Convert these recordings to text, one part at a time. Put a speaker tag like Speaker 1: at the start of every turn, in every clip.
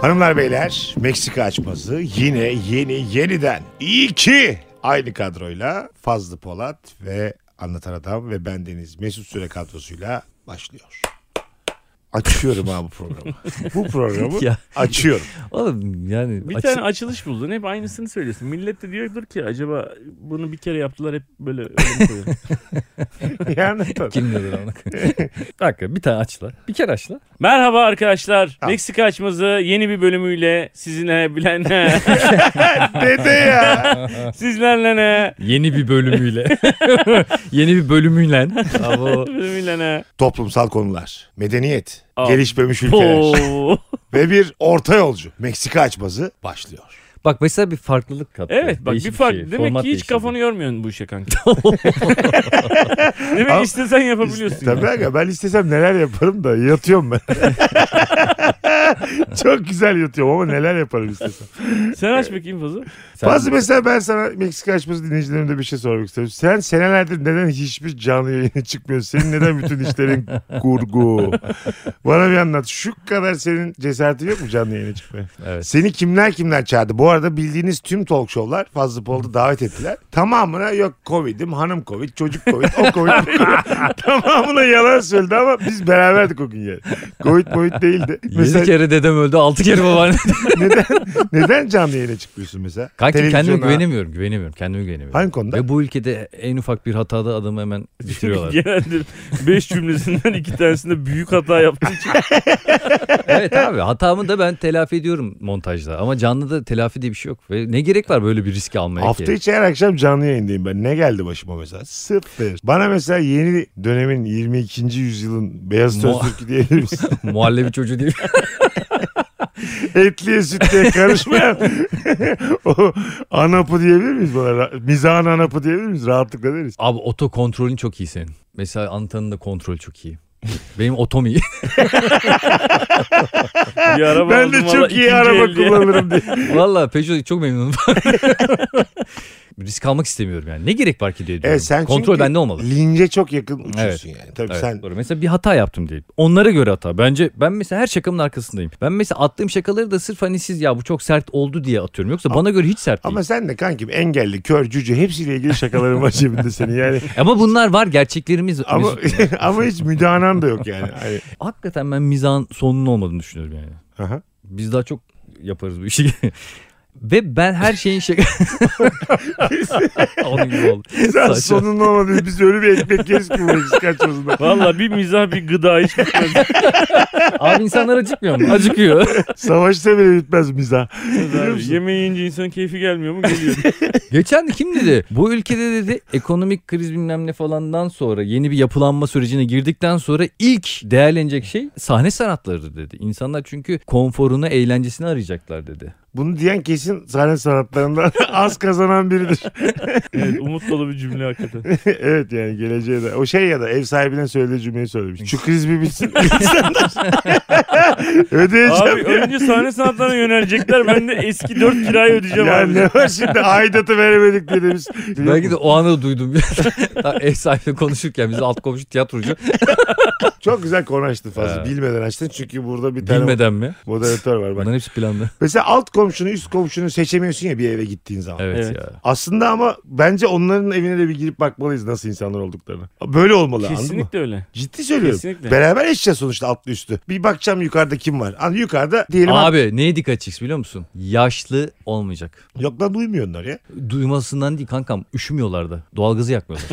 Speaker 1: Hanımlar beyler Meksika açması yine yeni yeniden iki aynı kadroyla Fazlı Polat ve Anlatan Adam ve bendeniz Mesut Süre kadrosuyla başlıyor. Açıyorum abi bu programı. Bu programı
Speaker 2: Ya.
Speaker 1: açıyorum.
Speaker 2: Oğlum yani
Speaker 3: Bir
Speaker 2: açı-
Speaker 3: tane açılış buldun hep aynısını söylüyorsun. Millet de diyordur ki acaba bunu bir kere yaptılar hep böyle öyle mi koyuyor?
Speaker 1: Yani tabii.
Speaker 2: kim bilir onu. Dakika bir tane açla. Bir kere açla.
Speaker 3: Merhaba arkadaşlar.
Speaker 1: Ha.
Speaker 3: Meksika açmazı yeni bir bölümüyle sizinle bilen ne?
Speaker 1: Dede ya.
Speaker 3: Sizlerle ne?
Speaker 2: Yeni bir bölümüyle. Yeni bir bölümüyle. Abo.
Speaker 3: Bölümüyle ne?
Speaker 1: Toplumsal konular, medeniyet,
Speaker 3: Aa.
Speaker 1: gelişmemiş ülkeler
Speaker 3: Oo.
Speaker 1: ve bir orta yolcu Meksika açması başlıyor.
Speaker 2: Bak mesela bir farklılık kattı.
Speaker 3: Evet bak
Speaker 2: Değişik
Speaker 3: bir fark.
Speaker 2: şey.
Speaker 3: Demek
Speaker 2: Format
Speaker 3: ki hiç
Speaker 2: değiştirdi.
Speaker 3: kafanı yormuyorsun bu işe kanka. Demek
Speaker 1: Ama-
Speaker 3: istesen yapabiliyorsun.
Speaker 1: Tabii
Speaker 3: ya.
Speaker 1: aga ben istesem neler yaparım da yatıyorum ben. Çok güzel yatıyorum ama neler yaparım istesem.
Speaker 3: Sen aç bakayım fazla.
Speaker 2: Sen-
Speaker 1: Fazla mesela ben sana Meksika açması dinleyicilerime de bir şey sormak istiyorum. Sen senelerdir neden hiçbir canlı yayına çıkmıyorsun? Senin neden bütün işlerin kurgu? Bana bir anlat. Şu kadar senin cesareti yok mu canlı yayına çıkmaya?
Speaker 2: Evet.
Speaker 1: Seni kimler kimler çağırdı? Bu arada bildiğiniz tüm talk show'lar Fazlı
Speaker 2: Hmm.
Speaker 1: Polat'ı davet ettiler. Tamamına yok Covid'im, hanım Covid, çocuk Covid, o Covid. bu Covid. Tamamına yalan söyledi ama biz beraberdik o gün yani. Covid Covid değildi.
Speaker 2: 7
Speaker 1: Mesela
Speaker 2: kere dedem öldü 6 kere babaannem.
Speaker 1: neden, neden canlı yayına çıkmıyorsun mesela?
Speaker 2: Kanki kendime
Speaker 1: Televizyona-
Speaker 2: güvenemiyorum. Güvenemiyorum. Kendime güvenemiyorum.
Speaker 1: Hangi konuda?
Speaker 2: Ve bu ülkede en ufak bir hatada adamı hemen bitiriyorlar.
Speaker 3: Genelde 5 cümlesinden iki tanesinde büyük hata yaptığın için
Speaker 2: evet abi hatamı da ben telafi ediyorum montajda. Ama canlıda telafi diye bir şey yok. Ve ne gerek var böyle bir riski almaya
Speaker 1: Hafta
Speaker 2: ki?
Speaker 1: içi her akşam canlı yayındayım ben. Ne geldi başıma mesela? Sıfır. Bana mesela yeni dönemin 22. yüzyılın beyaz
Speaker 2: Mo-
Speaker 1: sözlükü diyebilir misin?
Speaker 2: Muhallebi çocuğu diye.
Speaker 1: Etliye sütlüye karışmayan o anapı diyebilir miyiz bana? Ra- Mizahın anapı diyebilir miyiz? Rahatlıkla deriz.
Speaker 2: Abi oto kontrolün çok iyi senin. Mesela Antan'ın da kontrolü çok iyi. Benim otom iyi.
Speaker 3: bir araba
Speaker 1: Ben de
Speaker 3: aldım
Speaker 1: çok iyi
Speaker 3: valla ikinci
Speaker 1: araba
Speaker 3: el diye.
Speaker 1: kullanırım diye.
Speaker 2: Valla Peugeot çok memnunum. Risk almak istemiyorum yani. Ne gerek var ki diye diyorum.
Speaker 1: Evet, E, sen
Speaker 2: Kontrol
Speaker 1: çünkü
Speaker 2: bende olmalı.
Speaker 1: Lince çok yakın uçuyorsun yani. Tabii
Speaker 2: Evet,
Speaker 1: sen
Speaker 2: doğru. Mesela bir hata yaptım diyelim. Onlara göre hata. Bence ben mesela her şakamın arkasındayım. Ben mesela attığım şakaları da sırf hani siz ya bu çok sert oldu diye atıyorum. Yoksa bana göre hiç sert
Speaker 1: ama
Speaker 2: değil.
Speaker 1: sen de kankim engelli, kör, cüce hepsiyle ilgili şakaların var cebinde senin yani.
Speaker 2: Ama bunlar var gerçeklerimiz.
Speaker 1: Ama
Speaker 2: Mesut.
Speaker 1: ama hiç müdahalan da yok yani. Hani-
Speaker 2: Hakikaten ben mizahın sonunun olmadığını düşünüyorum yani.
Speaker 1: Aha.
Speaker 2: Biz daha çok yaparız bu işi. Ve ben her şeyin şaka... Onun gibi oldu.
Speaker 1: Sen
Speaker 2: Saçma.
Speaker 1: sonunun olmadı. Biz öyle bir ekmek yeriz ki bu Meksika açmasında.
Speaker 3: Valla bir mizah bir gıda hiç bitmez.
Speaker 2: Abi insanlar acıkmıyor mu? Acıkıyor.
Speaker 1: Savaşta bile bitmez mizah. Biliyor
Speaker 3: Abi,
Speaker 1: musun?
Speaker 3: yemeği yiyince insan keyfi gelmiyor mu? Geliyor.
Speaker 2: Geçen de kim dedi? Bu ülkede dedi ekonomik kriz bilmem ne falandan sonra yeni bir yapılanma sürecine girdikten sonra ilk değerlenecek şey sahne sanatları dedi. İnsanlar çünkü konforunu, eğlencesini arayacaklar dedi.
Speaker 1: Bunu diyen kesin sahne sanatlarından az kazanan biridir.
Speaker 3: Evet, umut dolu bir cümle hakikaten.
Speaker 1: evet yani geleceğe de. O şey ya da ev sahibine söylediği cümleyi söylemiş. Şu kriz bir bitsin. İnsanlar- Ödeyeceğim.
Speaker 3: Abi önce sahne sanatlarına yönelecekler. Ben de eski 4 kirayı ödeyeceğim
Speaker 1: ya
Speaker 3: abi.
Speaker 1: ne var şimdi aidatı veremedik diye demiş.
Speaker 2: Belki de o anı duydum. Tam Ev sahibi konuşurken bize alt komşu tiyatrocu
Speaker 1: Çok güzel konu açtın fazla.
Speaker 2: Ha.
Speaker 1: Bilmeden açtın çünkü burada bir tane
Speaker 2: bilmeden mi?
Speaker 1: moderatör var bak.
Speaker 2: Bunların hepsi planlı.
Speaker 1: Mesela alt komşunu üst komşunu seçemiyorsun ya bir eve gittiğin zaman.
Speaker 2: Evet,
Speaker 3: Evet.
Speaker 2: ya.
Speaker 1: Aslında ama bence onların evine de bir girip bakmalıyız nasıl insanlar olduklarını. Böyle olmalı anladın mı?
Speaker 3: Kesinlikle öyle.
Speaker 1: Ciddi söylüyorum.
Speaker 3: Kesinlikle.
Speaker 1: Beraber yaşayacağız sonuçta altlı üstü. Bir bakacağım yukarıda kim var. An yukarıda diyelim.
Speaker 2: Abi neye dikkat çeksin biliyor musun? Yaşlı olmayacak.
Speaker 1: Yok lan duymuyorlar ya.
Speaker 2: Duymasından değil kankam üşümüyorlar da. Doğalgazı yakmıyorlar.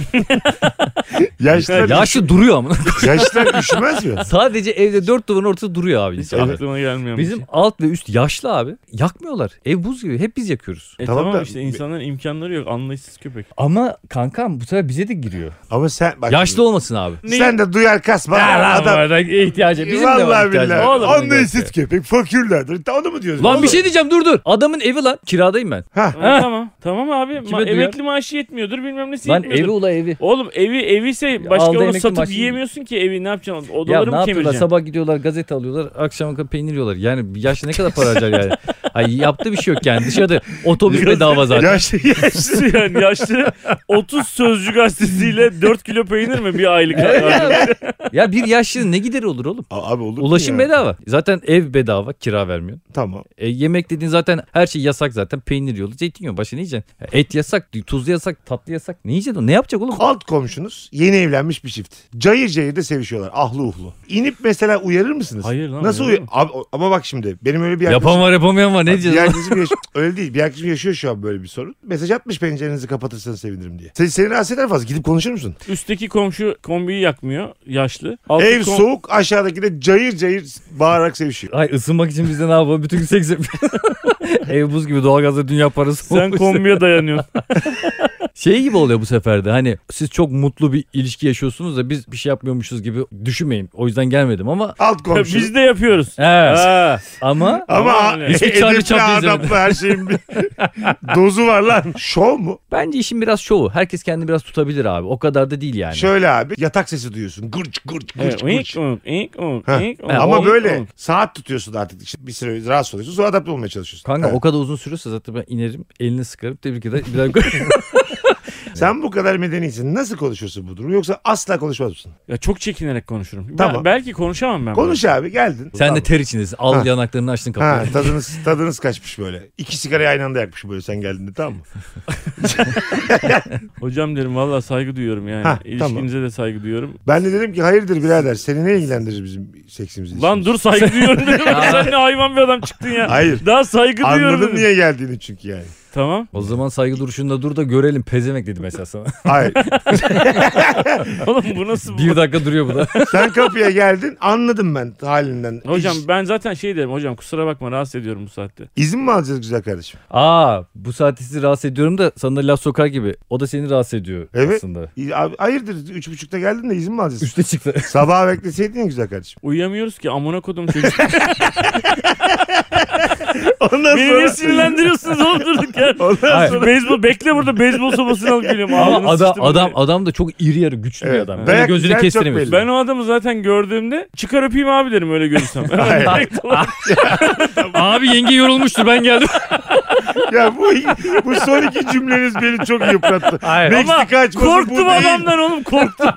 Speaker 1: Yaşlar,
Speaker 2: Yaşlı duruyor ama.
Speaker 1: yaşlar üşümez mi?
Speaker 2: Sadece evde dört duvarın ortasında duruyor abi insanlar.
Speaker 3: Aklıma gelmiyor.
Speaker 2: Bizim alt ve üst yaşlı abi. Yakmıyorlar. Ev buz gibi. Hep biz yakıyoruz.
Speaker 3: E
Speaker 1: Tamam
Speaker 3: tamam,
Speaker 1: da-
Speaker 3: işte insanların imkanları yok. Anlayışsız köpek.
Speaker 2: Ama kankam bu sefer bize de giriyor.
Speaker 1: Ama sen bak.
Speaker 2: yaşlı
Speaker 1: şimdi,
Speaker 2: olmasın abi.
Speaker 1: Sen de duyar kasma. adam.
Speaker 2: ihtiyacı. Bizim de var
Speaker 1: Vallahi
Speaker 2: ihtiyacı.
Speaker 1: billahi.
Speaker 2: Oğlum,
Speaker 1: Onda
Speaker 2: evet.
Speaker 1: işsiz köpek. Fakirlerdir. Onu mu diyorsun?
Speaker 2: Lan
Speaker 1: Oğlum,
Speaker 2: bir şey diyeceğim dur dur. Adamın evi lan. Kiradayım ben.
Speaker 1: Ha.
Speaker 3: Ha, tamam. Tamam abi. Ma-
Speaker 2: Kime duyar?
Speaker 3: emekli maaşı yetmiyordur bilmem nesi
Speaker 2: Lan
Speaker 3: yetmiyordur.
Speaker 2: evi ula evi.
Speaker 3: Oğlum evi eviyse başka
Speaker 2: aldı
Speaker 3: onu
Speaker 2: emekli
Speaker 3: satıp
Speaker 2: maaşı.
Speaker 3: yiyemiyorsun ki evi ne yapacaksın?
Speaker 2: Ya
Speaker 3: Odaları
Speaker 2: ne
Speaker 3: mı
Speaker 2: yapıyorlar?
Speaker 3: kemireceksin?
Speaker 2: Sabah gidiyorlar gazete alıyorlar. Akşama kadar peynir yiyorlar. Yani bir yaşlı ne kadar para harcar yani. Ay Ay yaptı bir şey yok yani. Dışarıda otobüs bedava zaten.
Speaker 1: Yaşlı yaşlı.
Speaker 3: yani yaşlı 30 sözcü gazetesiyle 4 kilo peynir mi bir aylık?
Speaker 2: Ya bir yaşlı ne gideri olur oğlum?
Speaker 1: A- Abi olur mu
Speaker 2: Ulaşım
Speaker 1: ya?
Speaker 2: bedava. Zaten ev bedava kira vermiyor.
Speaker 1: Tamam.
Speaker 2: E, yemek dediğin zaten her şey yasak zaten. Peynir yolu, zeytin yolu. Başka ne yiyeceksin? Ya Et yasak, tuzlu yasak, tatlı yasak. Ne yiyeceksin? oğlum? Ne yapacak oğlum?
Speaker 1: Alt komşunuz yeni evlenmiş bir çift. Cayır cayır da sevişiyorlar. Ahlı uhlu. İnip mesela uyarır mısınız?
Speaker 3: Hayır lan,
Speaker 1: Nasıl uyar?
Speaker 3: uyarırım.
Speaker 1: Abi, o- ama bak şimdi benim öyle bir
Speaker 2: Yapan var yapamayan var. Ne
Speaker 1: Bir
Speaker 2: diyeceğiz?
Speaker 1: arkadaşım yaş- öyle değil. Bir arkadaşım yaşıyor şu an böyle bir sorun. Mesaj atmış pencerenizi kapatırsanız sevinirim diye. Seni, seni rahatsız eder fazla. Gidip konuşur musun?
Speaker 3: Üstteki komşu kombiyi yakmıyor yaşlı. Altı
Speaker 1: Ev
Speaker 3: kom-
Speaker 1: soğuk aşağıdaki de cayır cayır bağırarak sevişiyor.
Speaker 2: Ay ısınmak için biz de ne yapalım? Bütün gün seks yapıyoruz. Ev buz gibi doğalgazla dünya parası.
Speaker 3: Sen
Speaker 2: olmuş.
Speaker 3: kombiye dayanıyorsun.
Speaker 2: Şey gibi oluyor bu sefer de hani siz çok mutlu bir ilişki yaşıyorsunuz da biz bir şey yapmıyormuşuz gibi düşünmeyin. O yüzden gelmedim ama
Speaker 1: Alt komşu.
Speaker 3: Biz de yapıyoruz.
Speaker 2: evet.
Speaker 3: Ha.
Speaker 2: ama
Speaker 1: Ama
Speaker 3: Aynen.
Speaker 2: Hiçbir çağrı
Speaker 1: edepli
Speaker 2: çaplı izlemedim.
Speaker 1: adamla her şeyin bir dozu var lan. Şov mu?
Speaker 2: bence işin biraz şovu. Herkes kendini biraz tutabilir abi. O kadar da değil yani.
Speaker 1: Şöyle abi yatak sesi duyuyorsun. Gırç gırç gırç
Speaker 3: Evet,
Speaker 1: gırç.
Speaker 3: ink, unk, ink, unk,
Speaker 1: Ha.
Speaker 3: ink, unk,
Speaker 1: Ama
Speaker 3: ink,
Speaker 1: böyle
Speaker 3: unk.
Speaker 1: saat tutuyorsun artık. İşte bir süre rahatsız oluyorsun. Sonra adapte olmaya çalışıyorsun.
Speaker 2: Kanka
Speaker 1: Evet.
Speaker 2: o kadar uzun sürüyorsa zaten ben inerim elini sıkarım tebrik eder. Bir daha yukarı-
Speaker 1: Sen bu kadar medenisin. Nasıl konuşuyorsun bu durumu? Yoksa asla konuşmaz mısın?
Speaker 3: Ya çok çekinerek konuşurum. Ben-
Speaker 1: Tamam.
Speaker 3: belki konuşamam ben.
Speaker 1: Konuş abi geldin.
Speaker 2: Sen de
Speaker 1: Tamam.
Speaker 2: ter içindesin.
Speaker 1: Ha.
Speaker 2: Al yanaklarını açtın
Speaker 1: Ha,
Speaker 2: kapıyı.
Speaker 1: tadınız tadınız kaçmış böyle. İki sigarayı aynı anda yakmış böyle sen geldiğinde tamam mı?
Speaker 3: bunu. Hocam derim valla saygı duyuyorum yani.
Speaker 1: Ha,
Speaker 3: İlişkinize de saygı duyuyorum.
Speaker 1: Ben de dedim ki hayırdır birader seni ne ilgilendirir bizim seksimiz
Speaker 3: Lan
Speaker 1: ilişkimiz?"
Speaker 3: dur saygı duyuyorum dedim.
Speaker 2: Ya.
Speaker 3: Sen ne hayvan bir adam çıktın ya.
Speaker 1: Hayır.
Speaker 3: Daha saygı duyuyorum
Speaker 1: Anladım
Speaker 3: dedim.
Speaker 1: niye geldiğini çünkü yani.
Speaker 3: Tamam.
Speaker 2: O zaman saygı duruşunda dur da görelim pezemek dedi mesela sana.
Speaker 1: Hayır.
Speaker 3: Oğlum bu nasıl?
Speaker 2: bir dakika duruyor bu da.
Speaker 1: Sen kapıya geldin anladım ben halinden.
Speaker 3: Hocam
Speaker 1: İz-
Speaker 3: ben zaten şey derim hocam kusura bakma rahatsız ediyorum bu saatte.
Speaker 1: izin mi alacağız güzel kardeşim?
Speaker 2: Aa bu saati sizi rahatsız ediyorum da sana da laf sokar gibi. O da seni rahatsız ediyor
Speaker 1: Evet.
Speaker 2: aslında.
Speaker 1: İ- Abi, hayırdır üç buçukta geldin de izin mi alacaksın?
Speaker 2: Üste çıktı.
Speaker 1: Sabaha bekleseydin ya güzel kardeşim.
Speaker 3: Uyuyamıyoruz ki amına kodum çocuk.
Speaker 1: Ondan
Speaker 3: Beni niye sinirlendiriyorsunuz oğlum durduk ya.
Speaker 1: Ondan
Speaker 2: Hayır.
Speaker 1: sonra
Speaker 3: Beyzbol bekle burada beyzbol sopasını alıp geliyorum. Ağzını
Speaker 2: Ama adam,
Speaker 3: sıçtım
Speaker 2: adam,
Speaker 3: buraya.
Speaker 2: adam da çok iri yarı güçlü bir
Speaker 1: Evet.
Speaker 2: adam.
Speaker 1: Dayak
Speaker 2: Öyle gözünü
Speaker 1: yiyen çok
Speaker 2: kestiremiyorsun.
Speaker 1: belli.
Speaker 3: Ben o adamı zaten gördüğümde çıkar öpeyim abi derim öyle görürsem.
Speaker 1: Hayır.
Speaker 3: Direkt olarak.
Speaker 2: Abi yenge yorulmuştur ben geldim.
Speaker 1: ya bu, bu son iki cümleniz beni çok yıprattı.
Speaker 2: Hayır.
Speaker 1: Meksika açması bu
Speaker 3: korktum
Speaker 1: değil.
Speaker 3: adamdan oğlum korktum.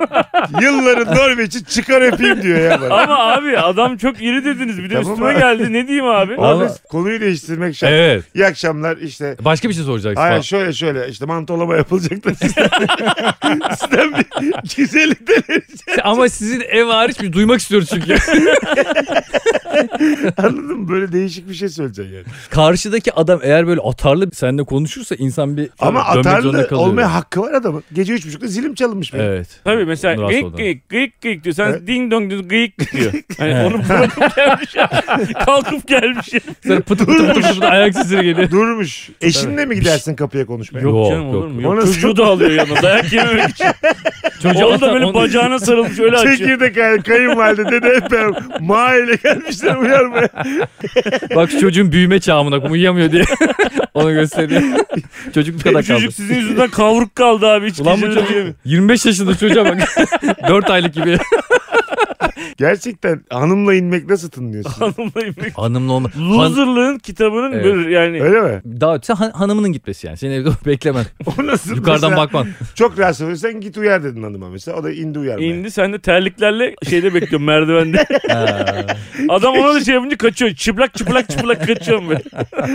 Speaker 1: Yılların Norveç'i çıkar öpeyim diyor ya bana.
Speaker 3: Ama abi adam çok iri dediniz bir de
Speaker 1: Tamam
Speaker 3: üstüme
Speaker 1: abi.
Speaker 3: geldi ne diyeyim abi.
Speaker 2: Oğlum.
Speaker 1: Abi konuyu değiştirmek şart.
Speaker 2: evet.
Speaker 1: İyi akşamlar işte.
Speaker 2: Başka bir şey soracaksın.
Speaker 1: Hayır şöyle şöyle işte mantolama yapılacak da sizden, sizden bir güzellik deneyeceğim.
Speaker 2: Ama sizin ev hariç bir duymak istiyoruz çünkü.
Speaker 1: Anladın mı? Böyle değişik bir şey söyleyeceksin yani.
Speaker 2: Karşıdaki adam eğer böyle atarlı seninle konuşursa insan bir
Speaker 1: Ama
Speaker 2: dönmek zorunda
Speaker 1: atarlı
Speaker 2: kalıyor.
Speaker 1: olmaya hakkı var adamın. Gece üç buçukta zilim çalınmış benim.
Speaker 2: Evet.
Speaker 3: Tabii mesela
Speaker 2: Rahatsız
Speaker 3: gıyık
Speaker 2: oldum.
Speaker 3: gıyık gıyık gıyık diyor. Sen
Speaker 1: Evet.
Speaker 3: ding dong diyor gıyık diyor. Hani
Speaker 2: Evet.
Speaker 3: onu bırakıp gelmiş ya. Kalkıp gelmiş ya.
Speaker 2: Sonra pıtı pıtı pıtı pıtı ayak sesleri geliyor.
Speaker 1: Durmuş. Eşinle mi gidersin kapıya konuşmaya?
Speaker 3: Yok,
Speaker 2: Yok,
Speaker 3: canım
Speaker 2: yok.
Speaker 3: olur mu?
Speaker 1: O
Speaker 3: Yok.
Speaker 1: nasıl-
Speaker 3: Çocuğu da alıyor yanına dayak yememek için.
Speaker 2: Çocuğa
Speaker 3: Oğlu
Speaker 2: atar-
Speaker 3: da böyle
Speaker 2: onu-
Speaker 3: bacağına sarılmış öyle açıyor.
Speaker 1: Çekirdek aile, kayınvalide, dede hep beraber. Ma ile gelmişler uyarmaya.
Speaker 2: Bak şu çocuğun büyüme çağımına kum uyuyamıyor diye. Onu gösteriyor. Çocuk bu kadar kaldı.
Speaker 3: Çocuk sizin yüzünden kavruk kaldı abi. Hiç
Speaker 2: Ulan bu
Speaker 3: geceleri
Speaker 2: çocuk
Speaker 3: uyuyamıyor.
Speaker 2: 25 yaşında çocuğa bak. 4 aylık gibi.
Speaker 1: Gerçekten hanımla inmek nasıl tınlıyor size?
Speaker 3: Hanımlayım.
Speaker 2: Hanımla olma. Han-
Speaker 3: Loserlığın kitabının
Speaker 2: Evet.
Speaker 3: böyle yani.
Speaker 1: Öyle mi?
Speaker 2: daha sen han- hanımının gitmesi yani. Seni evde beklemen.
Speaker 1: O nasıl?
Speaker 2: Yukarıdan
Speaker 1: mesela?
Speaker 2: bakman.
Speaker 1: Çok rahatsız oluyorsan git uyar dedin hanıma mesela. O da indi uyarmaya.
Speaker 3: İndi sen de terliklerle şeyde bekliyorum merdivende. Adam ona da şey yapınca kaçıyor. Çıplak çıplak çıplak kaçıyorum böyle.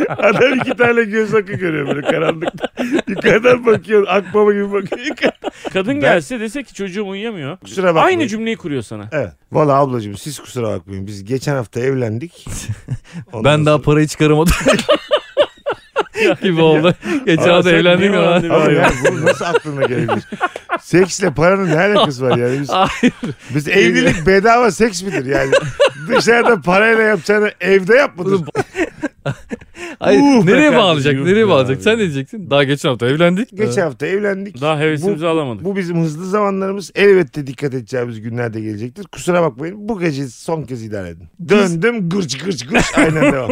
Speaker 1: Adam iki tane göz akı görüyor böyle karanlıkta. Yukarıdan bakıyor. Akbaba gibi bakıyor. Yukarı-
Speaker 3: Kadın gelse dese ki çocuğum uyuyamıyor.
Speaker 1: Kusura bakmayın.
Speaker 3: Aynı cümleyi kuruyor sana.
Speaker 1: Evet. Valla ablacığım siz kusura bakmayın. Biz geçen hafta evlendik. Ondan
Speaker 2: ben daha
Speaker 1: sonra-
Speaker 2: parayı çıkaramadım. gibi oldu. Geçen hafta
Speaker 3: sen
Speaker 2: evlendik
Speaker 3: niye
Speaker 2: ama.
Speaker 3: evlendin?
Speaker 1: Abi ya bu nasıl aklına gelebilir? Seksle paranın ne alakası var yani? Biz,
Speaker 2: Hayır.
Speaker 1: biz evlilik bedava seks midir yani? Dışarıda parayla yapacağını evde yap mıdır?
Speaker 2: Oğlum, Hayır.
Speaker 1: Uh,
Speaker 2: nereye
Speaker 3: be
Speaker 2: bağlayacak?
Speaker 3: kardeşim,
Speaker 2: Nereye
Speaker 3: yok
Speaker 2: bağlayacak?
Speaker 3: ya
Speaker 2: Sen
Speaker 3: abi.
Speaker 2: ne diyeceksin? Daha geçen hafta evlendik.
Speaker 1: Geçen hafta evlendik.
Speaker 3: Daha hevesimizi alamadık.
Speaker 1: Bu bizim hızlı zamanlarımız. Elbette dikkat edeceğimiz günlerde gelecektir. Kusura bakmayın. Bu gece son kez idare edin. Döndüm gırç gırç gırç. Aynen devam.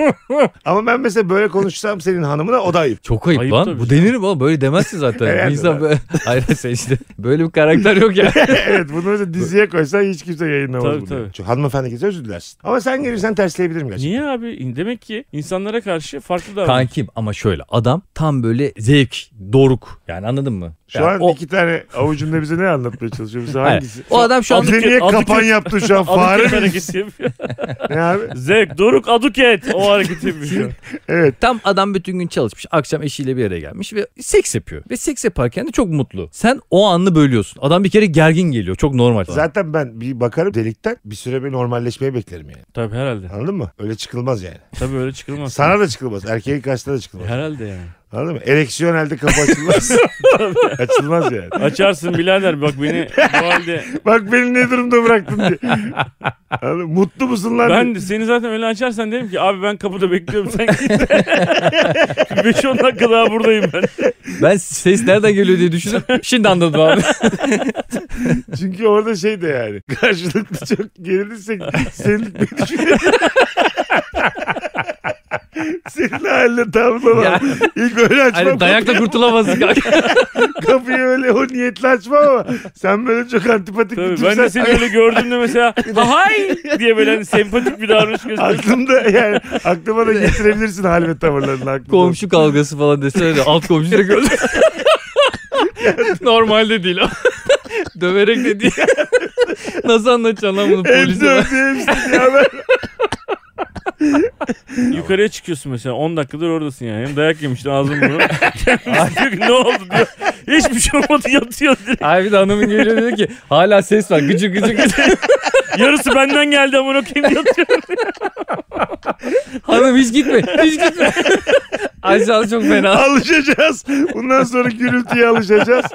Speaker 1: Ama ben mesela böyle konuşsam senin hanımına o da ayıp.
Speaker 2: Ee, Çok ayıp,
Speaker 3: Ayıp
Speaker 2: lan.
Speaker 3: tabii
Speaker 2: Bu
Speaker 3: canım.
Speaker 2: denir mi oğlum? Böyle demezsin zaten.
Speaker 1: Herhalde
Speaker 2: Bir
Speaker 1: lan.
Speaker 2: insan böyle... Hayır hayır, sen işte. Böyle bir karakter yok ya.
Speaker 1: evet bunu mesela diziye koysan hiç kimse yayınlamaz
Speaker 3: Tabii,
Speaker 1: bunu.
Speaker 3: tabii.
Speaker 1: Çünkü hanımefendi kimse özür dilersin. Ama sen gelirsen tersleyebilirim gerçekten.
Speaker 3: Niye abi? Demek ki insanlara karşı farklı da.
Speaker 2: Kankim ama şöyle adam tam böyle zevk, doruk yani anladın mı?
Speaker 1: Şu
Speaker 2: Yani
Speaker 1: an
Speaker 2: o,
Speaker 1: iki tane avucunda bize ne anlatmaya çalışıyor? Bize
Speaker 2: Hayır.
Speaker 1: hangisi?
Speaker 2: o adam şu an
Speaker 1: Bize niye
Speaker 3: Adıket-
Speaker 1: kapan yaptın şu an?
Speaker 3: Aduket
Speaker 1: Fare mi?
Speaker 3: hareketi yapıyor.
Speaker 1: Ne abi?
Speaker 3: Zevk, Doruk, Aduket. O hareketi yapıyor.
Speaker 1: Evet.
Speaker 2: Tam adam bütün gün çalışmış. Akşam eşiyle bir yere gelmiş ve seks yapıyor. Ve seks yaparken de çok mutlu. Sen o anını bölüyorsun. Adam bir kere gergin geliyor. Çok normal.
Speaker 1: Zaten ben bir bakarım delikten bir süre bir normalleşmeye beklerim yani.
Speaker 3: Tabii herhalde.
Speaker 1: Anladın mı? Öyle çıkılmaz yani.
Speaker 3: Tabii öyle çıkılmaz.
Speaker 1: Sana da çıkılmaz. Erkeğin karşısına da çıkılmaz.
Speaker 3: Herhalde yani.
Speaker 1: Anladın mı? Ereksiyon elde kapı açılmaz. açılmaz yani.
Speaker 3: Açarsın birader bak beni bu halde.
Speaker 1: Bak beni ne durumda bıraktın diye. Anladın mı? Mutlu musun lan?
Speaker 3: Ben de seni zaten öyle açarsan derim ki abi ben kapıda bekliyorum sen git. 5-10 dakika daha buradayım ben.
Speaker 2: Ben ses nereden geliyor diye düşündüm. Şimdi anladım abi.
Speaker 1: Çünkü orada şey de yani. Karşılıklı çok gerilirsek senlik bir düşünüyorum. Senin haline
Speaker 2: Ya.
Speaker 1: tavlamam. İlk öyle açmam.
Speaker 2: Hani dayakla kurtulamazsın kanka.
Speaker 1: Kapıyı öyle o niyetle açma ama sen böyle çok antipatik bir
Speaker 3: Tabii ben
Speaker 1: tipsen.
Speaker 3: de seni öyle gördüğümde mesela "Ha, hay diye böyle hani sempatik bir davranış gösteriyorsun.
Speaker 1: Aklımda yani aklıma da getirebilirsin hal ve tavırlarını aklımda.
Speaker 2: Komşu kavgası falan desene de alt komşu da gördü. Normalde değil ama. Döverek de değil. Nasıl anlatacaksın lan bunu
Speaker 1: Hem
Speaker 2: polise?
Speaker 1: dövdü hem sildi ya ben.
Speaker 3: Yukarıya çıkıyorsun mesela 10 dakikadır oradasın yani. Hem dayak yemiştin ağzın burnu. Kendisi diyor ki ne oldu diyor. Hiçbir şey olmadı yatıyor direkt.
Speaker 2: Abi de hanımın geliyor dedi ki hala ses var gıcır gıcır gıcır.
Speaker 3: Yarısı benden geldi ama okuyayım yatıyor.
Speaker 2: Hanım hiç gitme hiç gitme. Aşağısı çok fena.
Speaker 1: Alışacağız. Bundan sonra gürültüye alışacağız.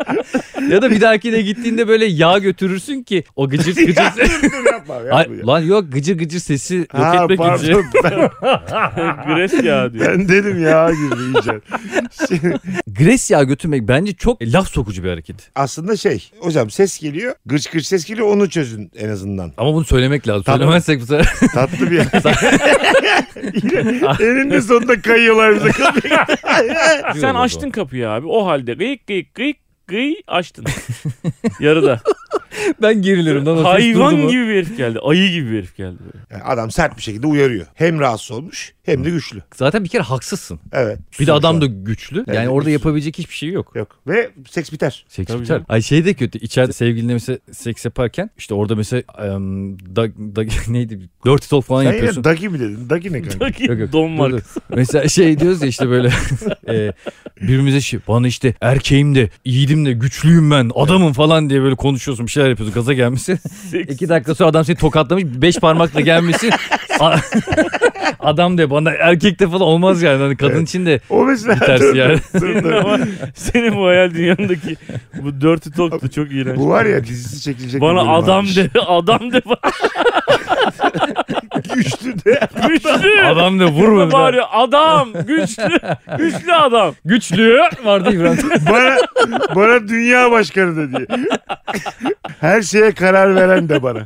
Speaker 2: Ya da bir dahakine gittiğinde böyle yağ götürürsün ki o gıcır gıcır.
Speaker 1: Dur yapma. yapma.
Speaker 2: Ay, lan yok gıcır gıcır sesi yok
Speaker 1: Ha,
Speaker 2: etmek için.
Speaker 1: pardon ben,
Speaker 3: Gres ya diyor.
Speaker 1: ben dedim ya gibi iyice. Şimdi,
Speaker 2: Gres yağı götürmek bence çok laf sokucu bir hareket.
Speaker 1: aslında şey hocam ses geliyor gırç gırç ses geliyor onu çözün en azından.
Speaker 2: Ama bunu söylemek lazım.
Speaker 1: Tamam.
Speaker 2: Söylemezsek bu sefer.
Speaker 1: Tatlı bir Yine eninde sonunda kayıyorlar bize kapıya.
Speaker 3: Sen açtın kapıyı abi o halde gıyık gıyık gıyık gıy açtın. Yarıda.
Speaker 2: Ben gerilirim. Lan, o ses durdu
Speaker 3: Hayvan
Speaker 2: mu?
Speaker 3: gibi bir herif geldi. Ayı gibi bir herif geldi. böyle.
Speaker 1: Yani adam sert bir şekilde uyarıyor. Hem rahatsız olmuş hem de güçlü.
Speaker 2: Zaten bir kere haksızsın.
Speaker 1: Evet.
Speaker 2: Bir de adam da güçlü. Yani
Speaker 1: Evet,
Speaker 2: orada
Speaker 1: güçlü.
Speaker 2: yapabilecek hiçbir şey yok.
Speaker 1: Yok. Ve seks biter.
Speaker 2: Seks
Speaker 3: Tabii
Speaker 2: biter.
Speaker 3: canım.
Speaker 2: Ay şey de kötü. İçeride sevgilinle mesela seks yaparken işte orada mesela em, da, da, neydi? Dirty talk falan
Speaker 1: Sen
Speaker 2: yapıyorsun.
Speaker 1: yine dagi mi dedin? Dagi ne kanka?
Speaker 3: Bak ya,
Speaker 2: Yok, yok.
Speaker 3: Don
Speaker 2: Dur,
Speaker 3: var.
Speaker 2: dur. Mesela şey diyoruz ya işte böyle e, birbirimize şey bana işte erkeğim de yiğidim de güçlüyüm ben adamım falan diye böyle konuşuyorsun bir şeyler yapıyorsun gaza gelmişsin.
Speaker 3: Seks.
Speaker 2: İki dakika sonra adam seni tokatlamış beş parmakla gelmişsin. A- adam de bana erkek de falan olmaz yani hani kadın için de
Speaker 1: O mesela.
Speaker 2: Bitersin
Speaker 1: Dur, dur,
Speaker 2: yani.
Speaker 1: dur, dur.
Speaker 3: Ama senin bu hayal dünyandaki bu dirty talk da çok iğrenç.
Speaker 1: Bu var ya dizisi çekilecek. bir bölüm
Speaker 3: Bana adam
Speaker 1: varmış.
Speaker 3: de, adam de bak
Speaker 1: Güçlü de.
Speaker 3: güçlü.
Speaker 2: adam de
Speaker 3: Vurma
Speaker 2: vurma.
Speaker 3: bari adam güçlü güçlü adam.
Speaker 2: Güçlü vardı İbrahim.
Speaker 1: Bana, bana dünya başkanı da diye. Her şeye karar veren de bana.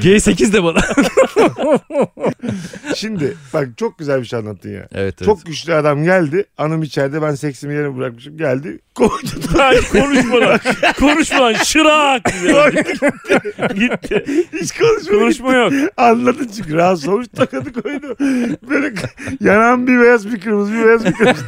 Speaker 2: G8 de bana.
Speaker 1: Şimdi bak çok güzel bir şey anlattın ya.
Speaker 2: Evet, evet.
Speaker 1: Çok güçlü adam geldi. Anım içeride ben seksimi yerine bırakmışım geldi. Koydu.
Speaker 3: Ha, konuşma lan. Konuşma lan. Şırak. Gitti.
Speaker 1: Hiç konuşmadı.
Speaker 3: Konuşma yok.
Speaker 1: Anladın çünkü rahatsız olmuş tokadı koydu. Böyle yanan bir beyaz bir kırmızı bir beyaz bir kırmızı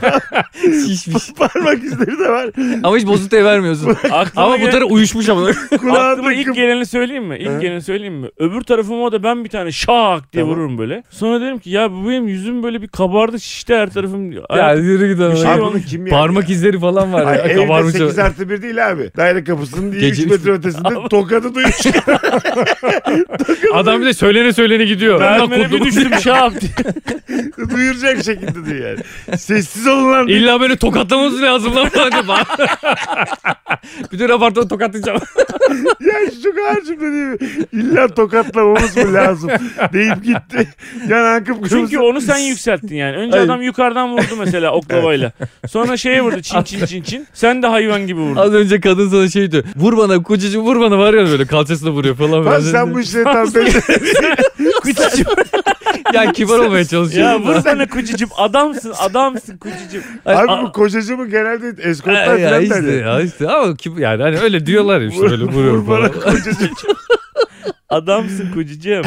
Speaker 3: şey-
Speaker 2: şişmiş.
Speaker 1: parmak izleri de var.
Speaker 2: şey- Ama hiç bozuk da vermiyorsun.
Speaker 3: Aklıma
Speaker 2: Ama
Speaker 3: gel-
Speaker 2: bu tara uyuşmuş ama.
Speaker 1: Kulağında
Speaker 3: Aklıma ilk
Speaker 1: kıp-
Speaker 3: geleni söyleyeyim mi?
Speaker 1: Hı.
Speaker 3: İlk geleni söyleyeyim mi? Öbür tarafıma da ben bir tane şak diye
Speaker 1: Tamam.
Speaker 3: vururum böyle. Sonra dedim ki ya bu benim yüzüm böyle bir kabardı şişti her tarafım. diyor.
Speaker 2: ya yürü git ama.
Speaker 3: Bir şey
Speaker 1: Abi
Speaker 2: Abi,
Speaker 1: bunu kim yani?
Speaker 2: Parmak izleri falan var.
Speaker 1: Ay,
Speaker 2: ya,
Speaker 1: evde
Speaker 2: kabarmış.
Speaker 1: 8 artı 1 değil abi. Daire kapısının diye
Speaker 2: Gece
Speaker 1: 3 metre ötesinde tokadı duymuş.
Speaker 2: Adam bir de söylene söylene gidiyor.
Speaker 3: Mermere bir şey düştüm şak diye.
Speaker 1: Duyuracak şekilde diyor yani. Sessiz olun lan.
Speaker 2: İlla böyle tokatlaması lazım lan falan diye bağır. Bütün apartmanı tokatlayacağım.
Speaker 1: ya şu kadar cümle değil mi? İlla tokatlamamız mı lazım? Deyip gitti. Yanan kıpkırmızı.
Speaker 3: Çünkü onu sen yükselttin yani. Önce
Speaker 2: Hayır.
Speaker 3: adam yukarıdan vurdu mesela oklavayla. Sonra şeye vurdu çin çin çin çin. Sen de hayvan gibi vurdun.
Speaker 2: Az önce kadın sana şey diyor. Vur bana kocacığım vur bana var ya böyle kalçasına vuruyor falan.
Speaker 1: Lan
Speaker 2: böyle.
Speaker 1: sen bu işleri tam beceremezsin.
Speaker 2: Kocacığım. ya kibar olmaya çalışıyor.
Speaker 3: Ya vur sana kucicim adamsın adamsın kucicim.
Speaker 1: Abi bu kocacımı genelde eskortlar
Speaker 2: Ya,
Speaker 1: falan
Speaker 2: ya
Speaker 1: der
Speaker 2: işte,
Speaker 1: ya.
Speaker 2: ya işte ama kim, yani hani öyle diyorlar ya işte böyle
Speaker 1: Vur-
Speaker 2: vuruyorum
Speaker 1: vur bana
Speaker 2: falan.
Speaker 1: kocacığım.
Speaker 3: Adamsın kocacığım.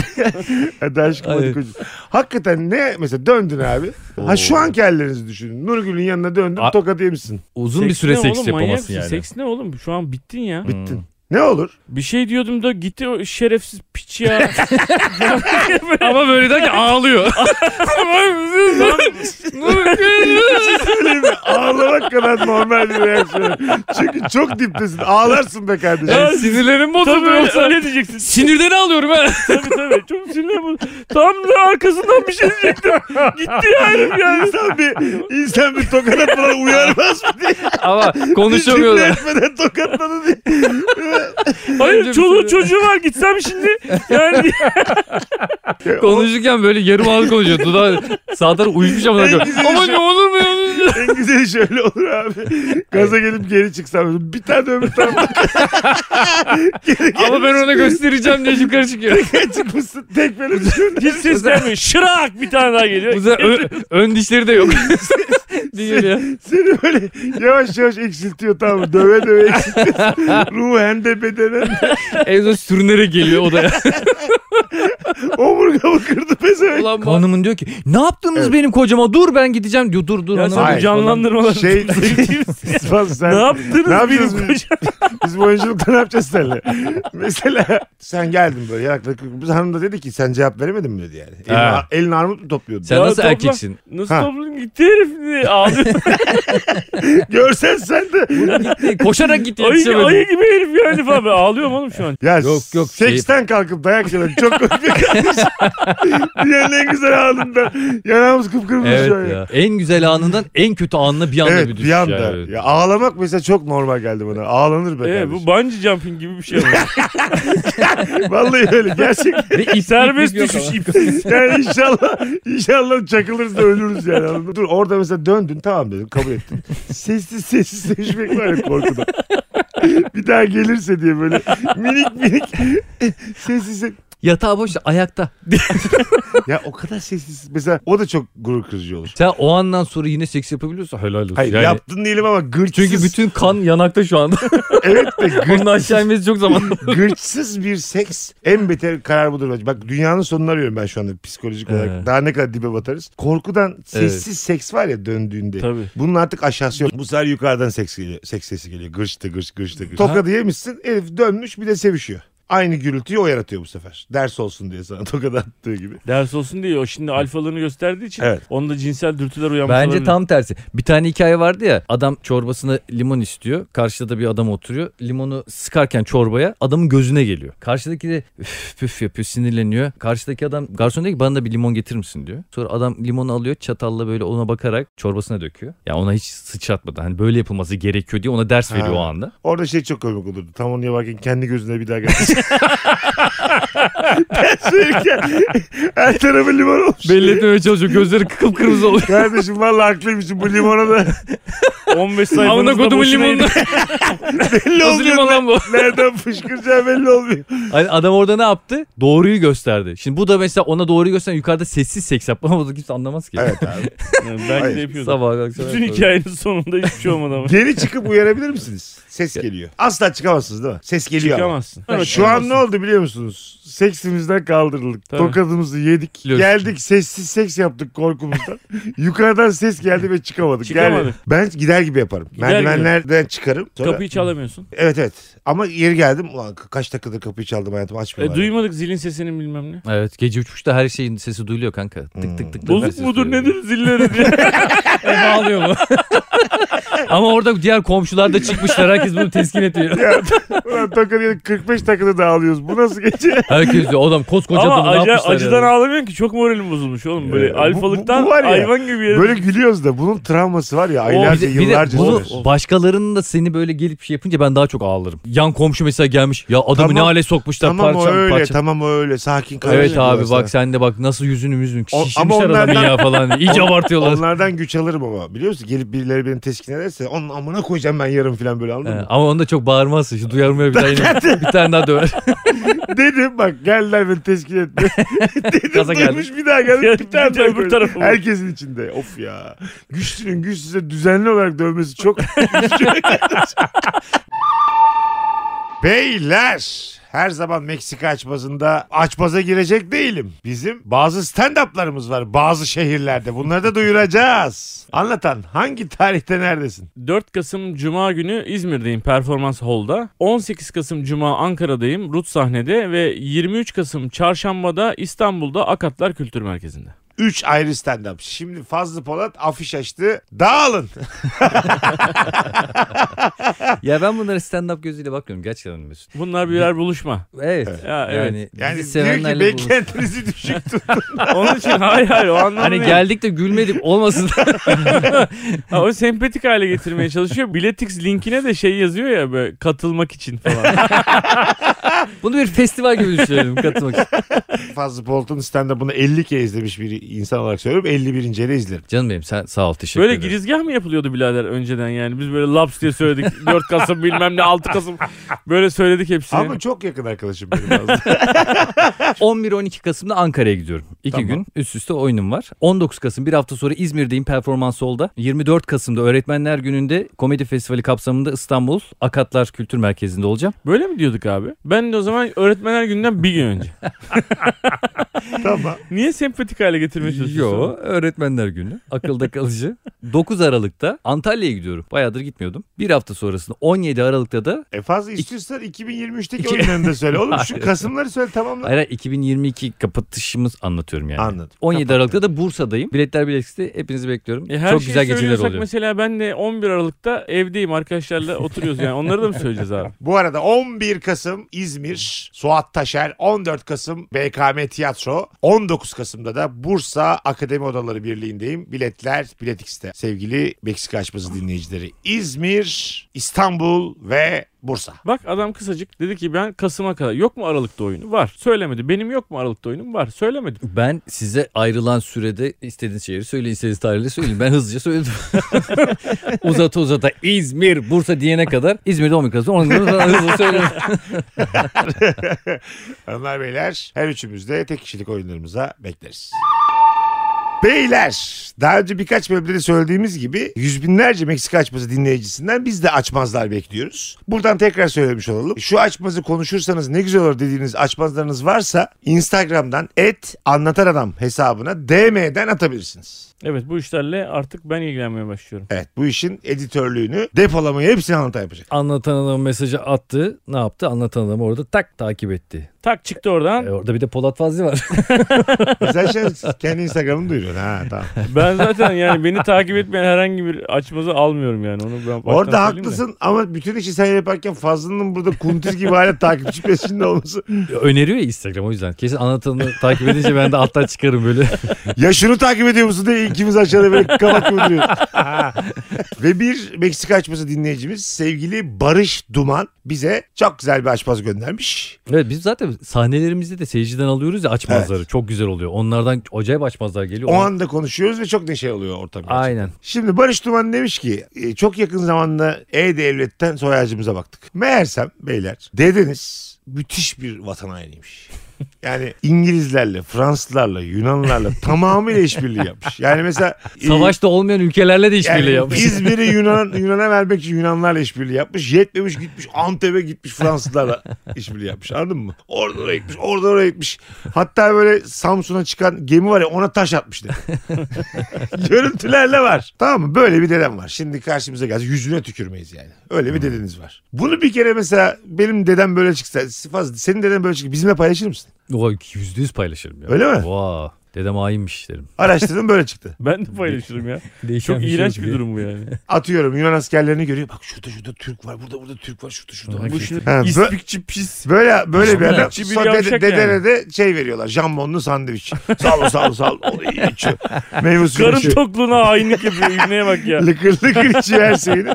Speaker 1: Hadi aşkım hadi
Speaker 2: Evet.
Speaker 1: kocacığım. Hakikaten ne mesela döndün abi. Ha şu anki hallerinizi düşünün. Nurgül'ün yanına döndün
Speaker 2: A-
Speaker 1: tokat yemişsin.
Speaker 2: Uzun bir
Speaker 3: Seks
Speaker 2: süre
Speaker 3: ne
Speaker 2: seks
Speaker 3: oğlum, manyak
Speaker 2: yapamazsın
Speaker 3: mısın?
Speaker 2: yani. Hmm.
Speaker 3: Seks ne oğlum? Şu an bittin ya.
Speaker 1: Bittin. Ne olur?
Speaker 3: Bir şey diyordum da gitti o şerefsiz piç ya.
Speaker 2: Ama böyle derken ağlıyor.
Speaker 1: Ağlamak kadar normal bir reaksiyon. Çünkü çok diptesin. Ağlarsın be kardeşim.
Speaker 3: Ya,
Speaker 2: Sinirlerim
Speaker 3: Tabii öyle, öyle diyeceksin.
Speaker 2: Sinirden ağlıyorum ha.
Speaker 3: tabii tabii. Çok sinirli bu. Tam da arkasından bir şey diyecektim. Gitti ya herif yani.
Speaker 1: İnsan bir, insan bir tokat atmadan uyarmaz mı diye.
Speaker 2: Ama
Speaker 1: Cümle
Speaker 2: konuşamıyorlar.
Speaker 1: etmeden tokatladı diye.
Speaker 2: Önce
Speaker 3: Hayır
Speaker 2: bir
Speaker 3: çoluğu
Speaker 2: sinir-
Speaker 3: çocuğu var gitsem şimdi. Yani
Speaker 2: Konuşurken böyle yarım ağız konuşuyor. Dudağı sağ taraf uyuşmuş ama.
Speaker 1: En güzel
Speaker 2: Ama
Speaker 1: şey-
Speaker 2: ne olur mu ya?
Speaker 1: En güzeli şöyle olur abi. Gaza gelip geri çıksam. Bir tane öbür tarafa
Speaker 2: Ama ben ona göstereceğim diye yukarı çıkıyor.
Speaker 1: çıkmışsın. Tek böyle düşün.
Speaker 3: hiç ses gelmiyor. Şırak bir tane daha geliyor.
Speaker 2: Bu sefer ö- ön dişleri de yok. Değil ya.
Speaker 1: Seni böyle yavaş yavaş eksiltiyor tamam mı? Döve döve eksiltiyorsun. Ruhen de bedenen de.
Speaker 2: En son sürünerek geliyor odaya.
Speaker 1: Omurgamı kırdı pezevenk.
Speaker 2: Ulan Hanımın diyor ki ne yaptınız
Speaker 1: Evet.
Speaker 2: benim kocama dur ben gideceğim diyor dur dur.
Speaker 3: Ya
Speaker 2: hanım."
Speaker 3: sen
Speaker 1: Hayır.
Speaker 3: bu canlandırmalar.
Speaker 1: Şey- Ulan sen-
Speaker 3: ne yaptınız
Speaker 1: Ne
Speaker 3: ne
Speaker 1: yapıyorsunuz?
Speaker 3: benim kocam?
Speaker 1: Biz bu oyunculukta ne yapacağız seninle? Mesela sen geldin böyle yanakları kırık. Hanım da dedi ki sen cevap veremedin mi dedi yani. Elin,
Speaker 2: Ha.
Speaker 1: elin armut mu topluyordun?
Speaker 2: Sen
Speaker 3: Ya
Speaker 2: nasıl
Speaker 3: topla.
Speaker 2: erkeksin?
Speaker 3: Nasıl
Speaker 1: Ha.
Speaker 3: toplum gitti herif? Ağlıyor.
Speaker 1: Görsen sen de.
Speaker 2: Koşarak gitti
Speaker 3: ayı,
Speaker 2: yetişemedi.
Speaker 3: ayı gibi herif yani falan. Ben ağlıyorum oğlum şu an.
Speaker 1: Ya
Speaker 2: Yok, şey- yok,
Speaker 1: Seksten kalkıp dayak yemek çok komik bir kardeşim. Dünyanın en güzel anında. Yanağımız kıpkırmızı şu an
Speaker 2: Evet
Speaker 1: ya.
Speaker 2: ya. En güzel anından en kötü anına bir anda
Speaker 1: Evet
Speaker 2: bir
Speaker 1: bir,
Speaker 2: düşüş.
Speaker 1: anda.
Speaker 2: yani, evet.
Speaker 1: Ya ağlamak mesela çok normal geldi bana. Ağlanır be
Speaker 3: Evet, Ee, bu
Speaker 1: kardeşim.
Speaker 3: bungee jumping gibi bir şey ama.
Speaker 1: Vallahi öyle gerçekten.
Speaker 2: Ve ip-
Speaker 3: Serbest
Speaker 2: ip yok
Speaker 3: düşüş
Speaker 2: ama.
Speaker 3: ipsiz.
Speaker 1: Yani inşallah inşallah çakılırız da ölürüz yani. anladın mı? Dur orada mesela döndün tamam dedim kabul ettim. Sessiz sessiz sevişmek var ya korkuda. bir daha gelirse diye böyle minik minik sessiz sessiz.
Speaker 2: Yatağı boş ayakta.
Speaker 1: Ya o kadar sessiz. Mesela o da çok gurur kırıcı olur.
Speaker 2: Sen o andan sonra yine seks yapabiliyorsan helal olsun.
Speaker 1: Hayır
Speaker 2: Yani-
Speaker 1: yaptın diyelim ama gırçsız.
Speaker 2: Çünkü bütün kan yanakta şu anda.
Speaker 1: Evet de gır,
Speaker 2: Bunun aşağı inmesi çok zaman.
Speaker 1: gırçsız bir seks en beter karar budur. bence. Bak dünyanın sonunu arıyorum ben şu anda psikolojik olarak.
Speaker 2: Evet.
Speaker 1: Daha ne kadar dibe batarız. Korkudan sessiz seks var ya döndüğünde.
Speaker 3: Tabii.
Speaker 1: Bunun artık aşağısı yok. Bu sefer yukarıdan seks geliyor. Seks sesi geliyor. Gırçtı gırç gırçtı gırç. Tokadı yemişsin. Elif dönmüş bir de sevişiyor. Aynı gürültüyü o yaratıyor bu sefer. Ders olsun diye sana tokadı attığı gibi.
Speaker 3: Ders olsun diye o şimdi alfalarını gösterdiği için
Speaker 1: Evet.
Speaker 3: onda cinsel dürtüler uyanmış
Speaker 2: Bence
Speaker 3: olabilir.
Speaker 2: tam tersi. Bir tane hikaye vardı ya. Adam çorbasına limon istiyor. Karşıda da bir adam oturuyor. Limonu sıkarken çorbaya adamın gözüne geliyor. Karşıdaki de üf püf yapıyor sinirleniyor. Karşıdaki adam garson diyor ki bana da bir limon getirir misin diyor. Sonra adam limonu alıyor çatalla böyle ona bakarak çorbasına döküyor. Ya ona hiç sıçratmadan hani böyle yapılması gerekiyor diye ona ders
Speaker 1: Ha.
Speaker 2: veriyor o anda.
Speaker 1: Orada şey çok komik olurdu. Tam onu yaparken kendi gözüne bir daha gelmiş. Ders verirken her tarafı limon olmuş.
Speaker 2: Belli etmemeye çalışıyor. Gözleri kıpkırmızı oluyor.
Speaker 1: Kardeşim vallahi haklıymışım bu limona da
Speaker 3: 15
Speaker 2: Amına
Speaker 3: sayfanızda
Speaker 2: kodumun
Speaker 3: boşuna
Speaker 2: limonunu.
Speaker 3: yedik.
Speaker 1: belli
Speaker 2: Nasıl
Speaker 1: olmuyor.
Speaker 2: limon lan bu?
Speaker 1: Nereden fışkıracağı belli olmuyor.
Speaker 2: Hani adam orada ne yaptı? Doğruyu gösterdi. Şimdi bu da mesela ona doğruyu gösteren yukarıda sessiz seks yapmamadı kimse anlamaz ki.
Speaker 1: Evet abi.
Speaker 3: Yani belki
Speaker 1: Hayır.
Speaker 3: de yapıyordu.
Speaker 2: Sabah akşam.
Speaker 3: Bütün hikayenin sonunda hiçbir şey olmadı ama.
Speaker 1: Geri çıkıp uyarabilir misiniz? Ses geliyor. Asla çıkamazsınız değil mi? Ses geliyor ama.
Speaker 3: Çıkamazsın.
Speaker 1: Ha, Şu an ne oldu biliyor musunuz? Seksimizden kaldırıldık.
Speaker 3: Tabii.
Speaker 1: Tokadımızı yedik.
Speaker 2: Biliyoruz.
Speaker 1: Geldik sessiz seks yaptık korkumuzdan. Yukarıdan ses geldi ve çıkamadık.
Speaker 3: Çıkamadık.
Speaker 1: Yani ben gider gibi yaparım.
Speaker 3: Gider
Speaker 1: Merdivenlerden çıkarım. Sonra...
Speaker 3: Kapıyı çalamıyorsun.
Speaker 1: Evet evet. Ama yeri geldim. Ulan ka- kaç dakikadır kapıyı çaldım hayatım
Speaker 3: E,
Speaker 1: açmıyorlar.
Speaker 3: duymadık zilin sesini bilmem ne.
Speaker 2: Evet gece uçuşta her şeyin sesi duyuluyor kanka. Tık tık tık.
Speaker 3: Bozuk mudur nedir zilleri diye.
Speaker 2: Ağlıyor mu? Ama orada diğer komşular da çıkmışlar. Herkes bunu teskin ediyor.
Speaker 1: Ya, ulan tokadı yedik 45 dakikada dağılıyoruz. Bu nasıl gece?
Speaker 2: Herkes diyor adam koskoca
Speaker 3: Ama
Speaker 2: adamı ne
Speaker 3: acı,
Speaker 2: yapmışlar
Speaker 3: acıdan
Speaker 2: yani?
Speaker 3: ağlamıyorsun ki çok moralim bozulmuş oğlum böyle.
Speaker 1: Ee, bu- bu-
Speaker 3: Alfalıktan
Speaker 1: bu var ya,
Speaker 3: hayvan gibi yerim.
Speaker 1: Böyle gülüyoruz da bunun travması var ya
Speaker 2: Bir
Speaker 1: aylarca
Speaker 2: de- bir de
Speaker 1: yıllarca
Speaker 2: bunu
Speaker 1: sürer.
Speaker 2: başkalarının da seni böyle gelip şey yapınca ben daha çok ağlarım. Yan komşu mesela gelmiş ya adamı
Speaker 1: Tamam.
Speaker 2: ne hale sokmuşlar
Speaker 1: Tamam o
Speaker 2: parça
Speaker 1: öyle
Speaker 2: parça.
Speaker 1: tamam o öyle sakin kardeşim.
Speaker 2: Evet abi
Speaker 1: diyorlar
Speaker 2: bak sen de bak nasıl yüzünü yüzünü
Speaker 1: O- ama
Speaker 2: şişirmişler adamı
Speaker 1: onlardan-
Speaker 2: ya falan. İyice abartıyorlar.
Speaker 1: Onlardan güç alırım ama biliyor musun? Gelip birileri beni teskin ederse onun amına koyacağım ben yarın falan böyle anladın
Speaker 2: He,
Speaker 1: mı?
Speaker 2: ama onu da çok bağırmazsın. Şu duyarım ya bir daha yine bir tane daha döver.
Speaker 1: Dedim bak geldiler beni teskin etti. Dedim
Speaker 2: Gaza geldi.
Speaker 1: duymuş bir daha geldi. Bir
Speaker 3: Bir de
Speaker 1: tane daha
Speaker 3: öbür
Speaker 1: koydum.
Speaker 3: tarafı mı?
Speaker 1: Herkesin içinde. Of ya. Güçlünün güçsüze düzenli olarak dövmesi çok... Beyler her zaman Meksika açmazında açmaza girecek değilim. Bizim bazı stand-up'larımız var bazı şehirlerde. Bunları da duyuracağız. Anlatan hangi tarihte neredesin?
Speaker 3: 4 Kasım Cuma günü İzmir'deyim Performans Hall'da. 18 Kasım Cuma Ankara'dayım Rut sahnede ve 23 Kasım Çarşamba'da İstanbul'da Akatlar Kültür Merkezi'nde.
Speaker 1: 3 ayrı stand-up. Şimdi Fazlı Polat afiş açtı. Dağılın.
Speaker 2: Ya ben bunlara stand-up gözüyle bakıyorum gerçekten Mesut.
Speaker 3: Bunlar birer buluşma.
Speaker 2: Evet.
Speaker 3: Ya, evet.
Speaker 2: Yani,
Speaker 1: Yani diyor
Speaker 2: bizi
Speaker 1: ki
Speaker 2: sevenlerle
Speaker 1: ben
Speaker 2: buluştuk.
Speaker 1: kendinizi düşük tutun.
Speaker 3: Onun için hayır hayır o anlamda
Speaker 2: Hani
Speaker 3: değil.
Speaker 2: geldik de gülmedik olmasın.
Speaker 3: Ha, o sempatik hale getirmeye çalışıyor. Biletix linkine de şey yazıyor ya böyle katılmak için falan.
Speaker 2: Bunu bir festival gibi düşünelim katılmak için.
Speaker 1: Fazlı Polat'ın stand-up'ını 50 kere izlemiş bir insan olarak söylüyorum. 51. kere izlerim.
Speaker 2: Canım benim sen sağ ol teşekkür
Speaker 3: böyle
Speaker 2: ederim.
Speaker 3: girizgah mı yapılıyordu birader önceden yani? Biz böyle laps diye söyledik. 4 Kasım bilmem ne 6 Kasım. Böyle söyledik hepsini.
Speaker 1: Ama çok yakın arkadaşım benim Fazlı.
Speaker 2: 11-12 Kasım'da Ankara'ya gidiyorum. İki
Speaker 1: Tamam.
Speaker 2: gün üst üste oyunum var. 19 Kasım bir hafta sonra İzmir'deyim performans solda. 24 Kasım'da Öğretmenler Günü'nde komedi festivali kapsamında İstanbul Akatlar Kültür Merkezi'nde olacağım.
Speaker 3: Böyle mi diyorduk abi? Ben de o zaman öğretmenler günden bir gün önce.
Speaker 1: tamam.
Speaker 3: Niye sempatik hale getirmeye çalışıyorsun?
Speaker 2: Yo Öğretmenler Günü akılda kalıcı. 9 Aralık'ta Antalya'ya gidiyorum. Bayağıdır gitmiyordum. Bir hafta sonrasında 17 Aralık'ta da
Speaker 1: E Fazlı istiyorsan 2023'teki oyunlarını da söyle. Oğlum şu Kasımları söyle tamamla.
Speaker 2: hayır, hayır, 2022 kapatışımız anlatıyorum yani.
Speaker 1: Anladım.
Speaker 2: 17 Aralık'ta da Bursa'dayım. Biletler Biletix'te hepinizi bekliyorum.
Speaker 3: E her
Speaker 2: Çok
Speaker 3: şeyi
Speaker 2: güzel geceler
Speaker 3: söylüyorsak
Speaker 2: oluyor.
Speaker 3: Mesela ben de 11 Aralık'ta evdeyim arkadaşlarla oturuyoruz yani. Onları da mı söyleyeceğiz abi?
Speaker 1: Bu arada 11 Kasım İzmir, Suat Taşer, 14 Kasım BKM Tiyatro, 19 Kasım'da da Bursa Akademi Odaları Birliği'ndeyim. Biletler Biletix'te. Sevgili Meksika açması dinleyicileri İzmir, İstanbul ve Bursa.
Speaker 3: Bak adam kısacık dedi ki ben Kasım'a kadar yok mu Aralık'ta oyunu? Var. Söylemedi. Benim yok mu Aralık'ta oyunum? Var. Söylemedi.
Speaker 2: Ben size ayrılan sürede istediğiniz şehri söyleyin, istediğiniz tarihleri söyleyin. Ben hızlıca söyledim. uzata uzata İzmir, Bursa diyene kadar İzmir'de 11 Kasım, 10 Kasım falan hızlı söyledim.
Speaker 1: Hanımlar beyler her üçümüz de tek kişilik oyunlarımıza bekleriz. Beyler daha önce birkaç bölümde de söylediğimiz gibi yüz binlerce Meksika açması dinleyicisinden biz de açmazlar bekliyoruz. Buradan tekrar söylemiş olalım. Şu açmazı konuşursanız ne güzel olur dediğiniz açmazlarınız varsa Instagram'dan et anlatan adam hesabına DM'den atabilirsiniz.
Speaker 3: Evet bu işlerle artık ben ilgilenmeye başlıyorum.
Speaker 1: Evet bu işin editörlüğünü depolamayı hepsini anlatan yapacak.
Speaker 2: Anlatan adam mesajı attı. Ne yaptı? Anlatan adam orada tak takip etti.
Speaker 3: Tak çıktı oradan.
Speaker 2: E, orada bir de Polat Fazlı var.
Speaker 1: Sen şey, kendi Instagram'ını duyuruyorsun ha tamam.
Speaker 3: Ben zaten yani beni takip etmeyen herhangi bir açmazı almıyorum yani. Onu ben baştan
Speaker 1: Orada
Speaker 3: söyleyeyim de.
Speaker 1: haklısın ama bütün işi sen yaparken Fazlı'nın burada kuntiz gibi hala takipçi peşinde olması.
Speaker 2: Öneriyor ya Instagram o yüzden. Kesin anlatanı takip edince ben de alttan çıkarım böyle.
Speaker 1: Ya şunu takip ediyor musun diye ikimiz aşağıda böyle kabak gibi duruyoruz. Ha. Ve bir Meksika açması dinleyicimiz sevgili Barış Duman bize çok güzel bir açmaz göndermiş.
Speaker 2: Evet biz zaten sahnelerimizde de seyirciden alıyoruz ya açmazları. Çok güzel oluyor. Onlardan acayip açmazlar geliyor.
Speaker 1: O anda konuşuyoruz ve çok neşe oluyor ortam.
Speaker 2: Aynen.
Speaker 1: Şimdi Barış Duman demiş ki e, çok yakın zamanda E-Devlet'ten soy ağacımıza baktık. Meğersem beyler dedeniz müthiş bir vatan hainiymiş. Yani İngilizlerle, Fransızlarla, Yunanlarla tamamıyla işbirliği yapmış. Yani mesela e,
Speaker 2: Savaşta olmayan ülkelerle de işbirliği
Speaker 1: yani
Speaker 2: yapmış.
Speaker 1: İzmir'i Yunan, Yunan'a vermek için Yunanlarla işbirliği yapmış. Yetmemiş gitmiş Antep'e gitmiş Fransızlarla işbirliği yapmış. Anladın mı? Orada oraya gitmiş, orada oraya gitmiş. Hatta böyle Samsun'a çıkan gemi var ya ona taş atmış dedi. Görüntülerle var. Tamam mı? Böyle bir dedem var. Şimdi karşımıza gelse yüzüne tükürmeyiz yani. Öyle bir
Speaker 2: Hmm.
Speaker 1: dedeniz var. Bunu bir kere mesela benim dedem böyle çıksa, fazla senin deden böyle çıksa bizimle paylaşır mısın?
Speaker 2: Vay yüzde yüz paylaşırım ya.
Speaker 1: Öyle mi?
Speaker 2: Vay. Dedem hainmiş derim.
Speaker 1: Araştırdım böyle çıktı.
Speaker 3: Ben de paylaşırım ya.
Speaker 2: Değişen
Speaker 3: Çok
Speaker 2: şey
Speaker 3: iğrenç
Speaker 2: yok
Speaker 3: bir
Speaker 2: ya.
Speaker 3: durum bu yani.
Speaker 1: Atıyorum Yunan askerlerini görüyor. Bak şurada şurada Türk var, burada burada Türk var, şurada şurada.
Speaker 2: Bak
Speaker 3: Bu
Speaker 2: işte.
Speaker 3: işin
Speaker 1: Ha, bö-
Speaker 3: ispikçi pis.
Speaker 1: Böyle böyle bir adam.
Speaker 3: Çibili
Speaker 1: Sonra dede,
Speaker 3: yavşak
Speaker 1: dedene
Speaker 3: yani.
Speaker 1: de şey veriyorlar. Jambonlu sandviç. Sağ ol sağ ol sağ ol. Onu iyi içiyor. Meyve suyu
Speaker 3: Karın
Speaker 1: içiyor.
Speaker 3: tokluğuna hainlik yapıyor. İbneye bak ya.
Speaker 1: Lıkır lıkır içiyor her şeyini.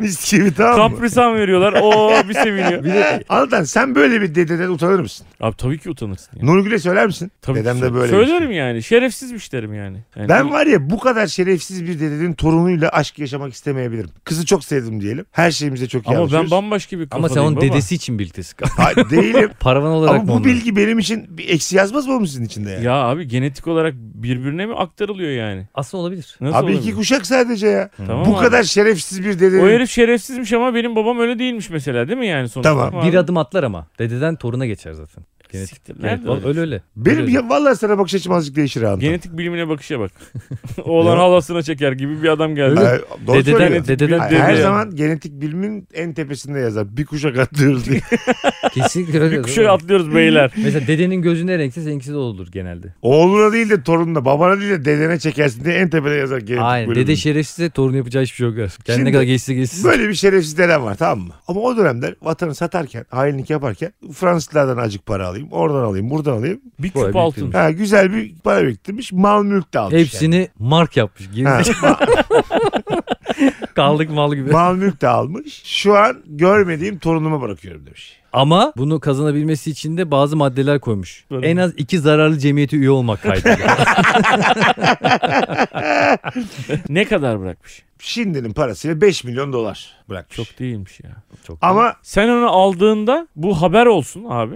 Speaker 1: Mis gibi tamam mı?
Speaker 3: Kaprisan veriyorlar. Oo bir seviniyor.
Speaker 1: Anlatan sen böyle bir dededen utanır mısın?
Speaker 3: Abi tabii ki utanırsın. ya.
Speaker 1: Nurgül'e söyler misin?
Speaker 3: Tabii ki
Speaker 1: Dedem de
Speaker 3: sö-
Speaker 1: böyle.
Speaker 3: Söylerim
Speaker 1: bir şey.
Speaker 3: yani. Şerefsiz müşterim yani. yani
Speaker 1: Ben var ya bu kadar şerefsiz bir dedenin torunuyla aşk yaşamak istemeyebilirim. Kızı çok sevdim diyelim. Her şeyimizde çok iyi
Speaker 3: Ama ben
Speaker 1: anlaşıyoruz.
Speaker 3: bambaşka bir
Speaker 2: Ama
Speaker 3: kafadayım
Speaker 2: sen onun
Speaker 3: baba.
Speaker 2: dedesi için biltesi kal.
Speaker 1: Ha, değilim.
Speaker 2: Paravan olarak
Speaker 1: Ama
Speaker 2: mı
Speaker 1: bu
Speaker 2: onu?
Speaker 1: bilgi benim için bir eksi yazmaz mı oğlum sizin içinde yani?
Speaker 3: Ya abi genetik olarak birbirine mi aktarılıyor yani?
Speaker 2: Aslında olabilir.
Speaker 3: Nasıl
Speaker 1: Abi
Speaker 3: olabilir?
Speaker 1: iki kuşak sadece ya.
Speaker 3: Tamam
Speaker 1: bu
Speaker 3: abi.
Speaker 1: kadar şerefsiz bir
Speaker 3: O
Speaker 1: dedenin.
Speaker 3: herif şerefsizmiş ama benim babam öyle değilmiş mesela değil mi yani sonuçta?
Speaker 1: Tamam.
Speaker 2: Bir
Speaker 3: abi.
Speaker 2: adım atlar ama. Dededen toruna geçer zaten. Genetik.
Speaker 3: Siktir,
Speaker 2: Evet,
Speaker 3: nerede
Speaker 2: vallahi
Speaker 3: öyle?
Speaker 2: öyle öyle.
Speaker 1: Benim
Speaker 2: Öyle öyle.
Speaker 1: ya, vallahi sana bakış açım azıcık değişir abi.
Speaker 3: Genetik bilimine bakışa bak. Oğlan halasına çeker gibi bir adam geldi.
Speaker 1: Ay, doğru
Speaker 2: Dededen-
Speaker 1: söylüyor.
Speaker 2: dededen
Speaker 1: Ay,
Speaker 3: dede
Speaker 1: Her
Speaker 3: yani.
Speaker 1: zaman genetik bilimin en tepesinde yazar. Bir kuşak atlıyoruz diye.
Speaker 2: Kesinlikle öyle.
Speaker 3: bir kuşa atlıyoruz beyler.
Speaker 2: Mesela dedenin gözü ne renkse seninkisi de olur genelde.
Speaker 1: Oğluna değil de torununa, babana değil de dedene çekersin diye en tepede yazar genetik
Speaker 2: Aynen.
Speaker 1: bölümünü.
Speaker 2: Dede şey- şerefsize torun yapacağı hiçbir şey yok. Kendine
Speaker 1: Şimdi-
Speaker 2: ne kadar geçse geçsin.
Speaker 1: Böyle bir şerefsiz dedem var tamam mı? Ama o dönemler vatanı satarken, hainlik yaparken Fransızlardan acık para alayım. Oradan alayım, buradan alayım.
Speaker 3: Bir
Speaker 2: Vay,
Speaker 3: küp altın.
Speaker 1: Ha, güzel bir para biriktirmiş. Mal mülk de almış.
Speaker 2: Hepsini mark yapmış.
Speaker 1: yani.
Speaker 2: Gerizekalı.
Speaker 1: Ha,
Speaker 2: Kaldık mal gibi.
Speaker 1: mal mülk de almış. Şu an görmediğim torunuma bırakıyorum demiş.
Speaker 2: Ama bunu kazanabilmesi için de bazı maddeler koymuş.
Speaker 3: Böyle
Speaker 2: en
Speaker 3: mi?
Speaker 2: az iki zararlı cemiyete üye olmak kaydıyla.
Speaker 3: Ne kadar bırakmış?
Speaker 1: Şimdinin parasıyla 5 milyon dolar bırakmış.
Speaker 3: Çok değilmiş ya.
Speaker 2: Çok
Speaker 1: Ama
Speaker 3: Sen onu aldığında bu haber olsun abi.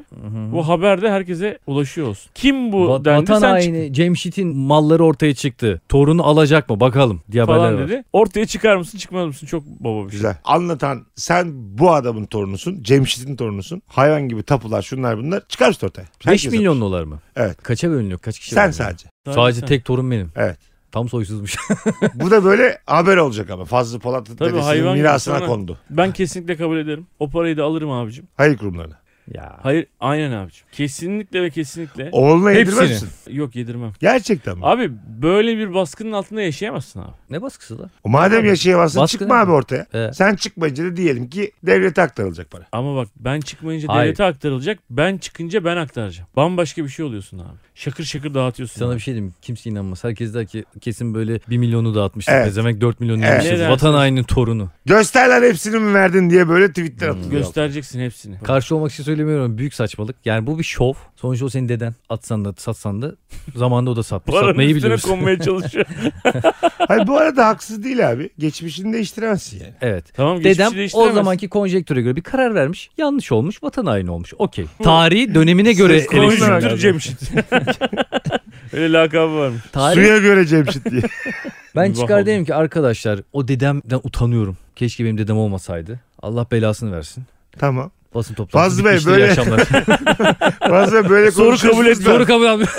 Speaker 3: Bu haber de herkese ulaşıyor olsun. Kim bu
Speaker 2: Va-
Speaker 3: dendi
Speaker 2: vatan
Speaker 3: sen
Speaker 2: haini Cemşit'in malları ortaya çıktı. Torunu alacak mı bakalım diye
Speaker 3: çık- falan
Speaker 2: haberler var.
Speaker 3: dedi. Ortaya çıkar mısın çıkmaz mısın? Çok baba bir şey.
Speaker 1: Güzel. Anlatan sen bu adamın torunusun. Cemşit'in torunusun. Hayvan gibi tapular şunlar bunlar. Çıkarsın ortaya.
Speaker 2: 5
Speaker 1: Herkes
Speaker 2: milyon
Speaker 1: yapmış.
Speaker 2: dolar mı?
Speaker 1: Evet.
Speaker 2: Kaça bölünüyor? Kaç kişi
Speaker 1: Sen
Speaker 2: var?
Speaker 1: sadece.
Speaker 3: Sadece
Speaker 2: Sadece
Speaker 3: şey. sen.
Speaker 2: tek torun benim.
Speaker 1: Evet.
Speaker 2: Tam soysuzmuş.
Speaker 1: bu da böyle haber olacak ama. Fazlı Polat'ın
Speaker 3: Tabii,
Speaker 1: dedesinin
Speaker 3: hayvan gibi
Speaker 1: mirasına
Speaker 3: sonra-
Speaker 1: kondu.
Speaker 3: Ben kesinlikle kabul ederim. O parayı da alırım abicim.
Speaker 1: Hayır kurumlarına.
Speaker 2: ya.
Speaker 3: Hayır aynen abicim. Kesinlikle ve kesinlikle.
Speaker 1: Oğluna yedirmez
Speaker 2: Hepsini.
Speaker 1: misin?
Speaker 3: Yok yedirmem.
Speaker 1: Gerçekten mi?
Speaker 3: Abi böyle bir baskının altında yaşayamazsın abi.
Speaker 2: Ne baskısı lan?
Speaker 1: Madem yaşayamazsın
Speaker 2: Baskı
Speaker 1: çıkma
Speaker 2: ne?
Speaker 1: abi ortaya.
Speaker 2: Ee,
Speaker 1: Sen çıkmayınca da diyelim ki devlete aktarılacak para.
Speaker 3: Ama bak ben çıkmayınca
Speaker 2: Hayır.
Speaker 3: devlete aktarılacak. Ben çıkınca ben aktaracağım. Bambaşka bir şey oluyorsun abi. Şakır şakır dağıtıyorsun.
Speaker 2: sana
Speaker 3: abi.
Speaker 2: bir şey diyeyim. Kimse inanmaz. Herkes der ki kesin böyle 1 milyonu dağıtmışlar.
Speaker 1: Evet.
Speaker 2: Evet. Demek 4 milyon
Speaker 1: Evet.
Speaker 2: yemişiz.
Speaker 3: Ne dersiniz?
Speaker 2: Vatan hainin torunu.
Speaker 1: Göster lan hepsini mi verdin diye böyle tweetler
Speaker 2: Hmm.
Speaker 1: atılıyor.
Speaker 3: Göstereceksin hepsini.
Speaker 2: Karşı olmak için söylemiyorum. Büyük saçmalık. Yani bu bir şov. Sonuçta o senin deden. Atsan da satsan da zamanında o da satmış.
Speaker 3: Paranın
Speaker 2: Satmayı
Speaker 3: üstüne
Speaker 2: biliyorsun.
Speaker 3: konmaya çalışıyor.
Speaker 1: Hayır bu arada haksız değil abi. Geçmişini değiştiremezsin yani.
Speaker 2: Evet.
Speaker 3: tamam
Speaker 2: Dedem
Speaker 3: geçmişi
Speaker 2: o
Speaker 3: değiştiremezsin.
Speaker 2: zamanki konjektüre göre bir karar vermiş. Yanlış olmuş. Vatan haini olmuş. Okey. Tarihi dönemine göre
Speaker 1: Ses konuşmak
Speaker 2: eleştirmek
Speaker 3: Konjüktür
Speaker 2: lazım.
Speaker 3: Cemşit. Öyle lakabı varmış.
Speaker 2: Tarih-
Speaker 1: Suya göre Cemşit diye.
Speaker 2: Ben
Speaker 3: Vah
Speaker 2: çıkar
Speaker 3: oldu.
Speaker 2: derim ki arkadaşlar o dedemden utanıyorum. Keşke benim dedem olmasaydı. Allah belasını versin.
Speaker 1: tamam.
Speaker 2: Basın toplantısı
Speaker 1: Fazlı Bey,
Speaker 2: bitmiştir, iyi
Speaker 1: böyle-
Speaker 2: akşamlar.
Speaker 1: Fazla böyle
Speaker 3: Soru kabul et,
Speaker 1: konuşuyorsunuz da-
Speaker 2: Soru kabul etmiyor.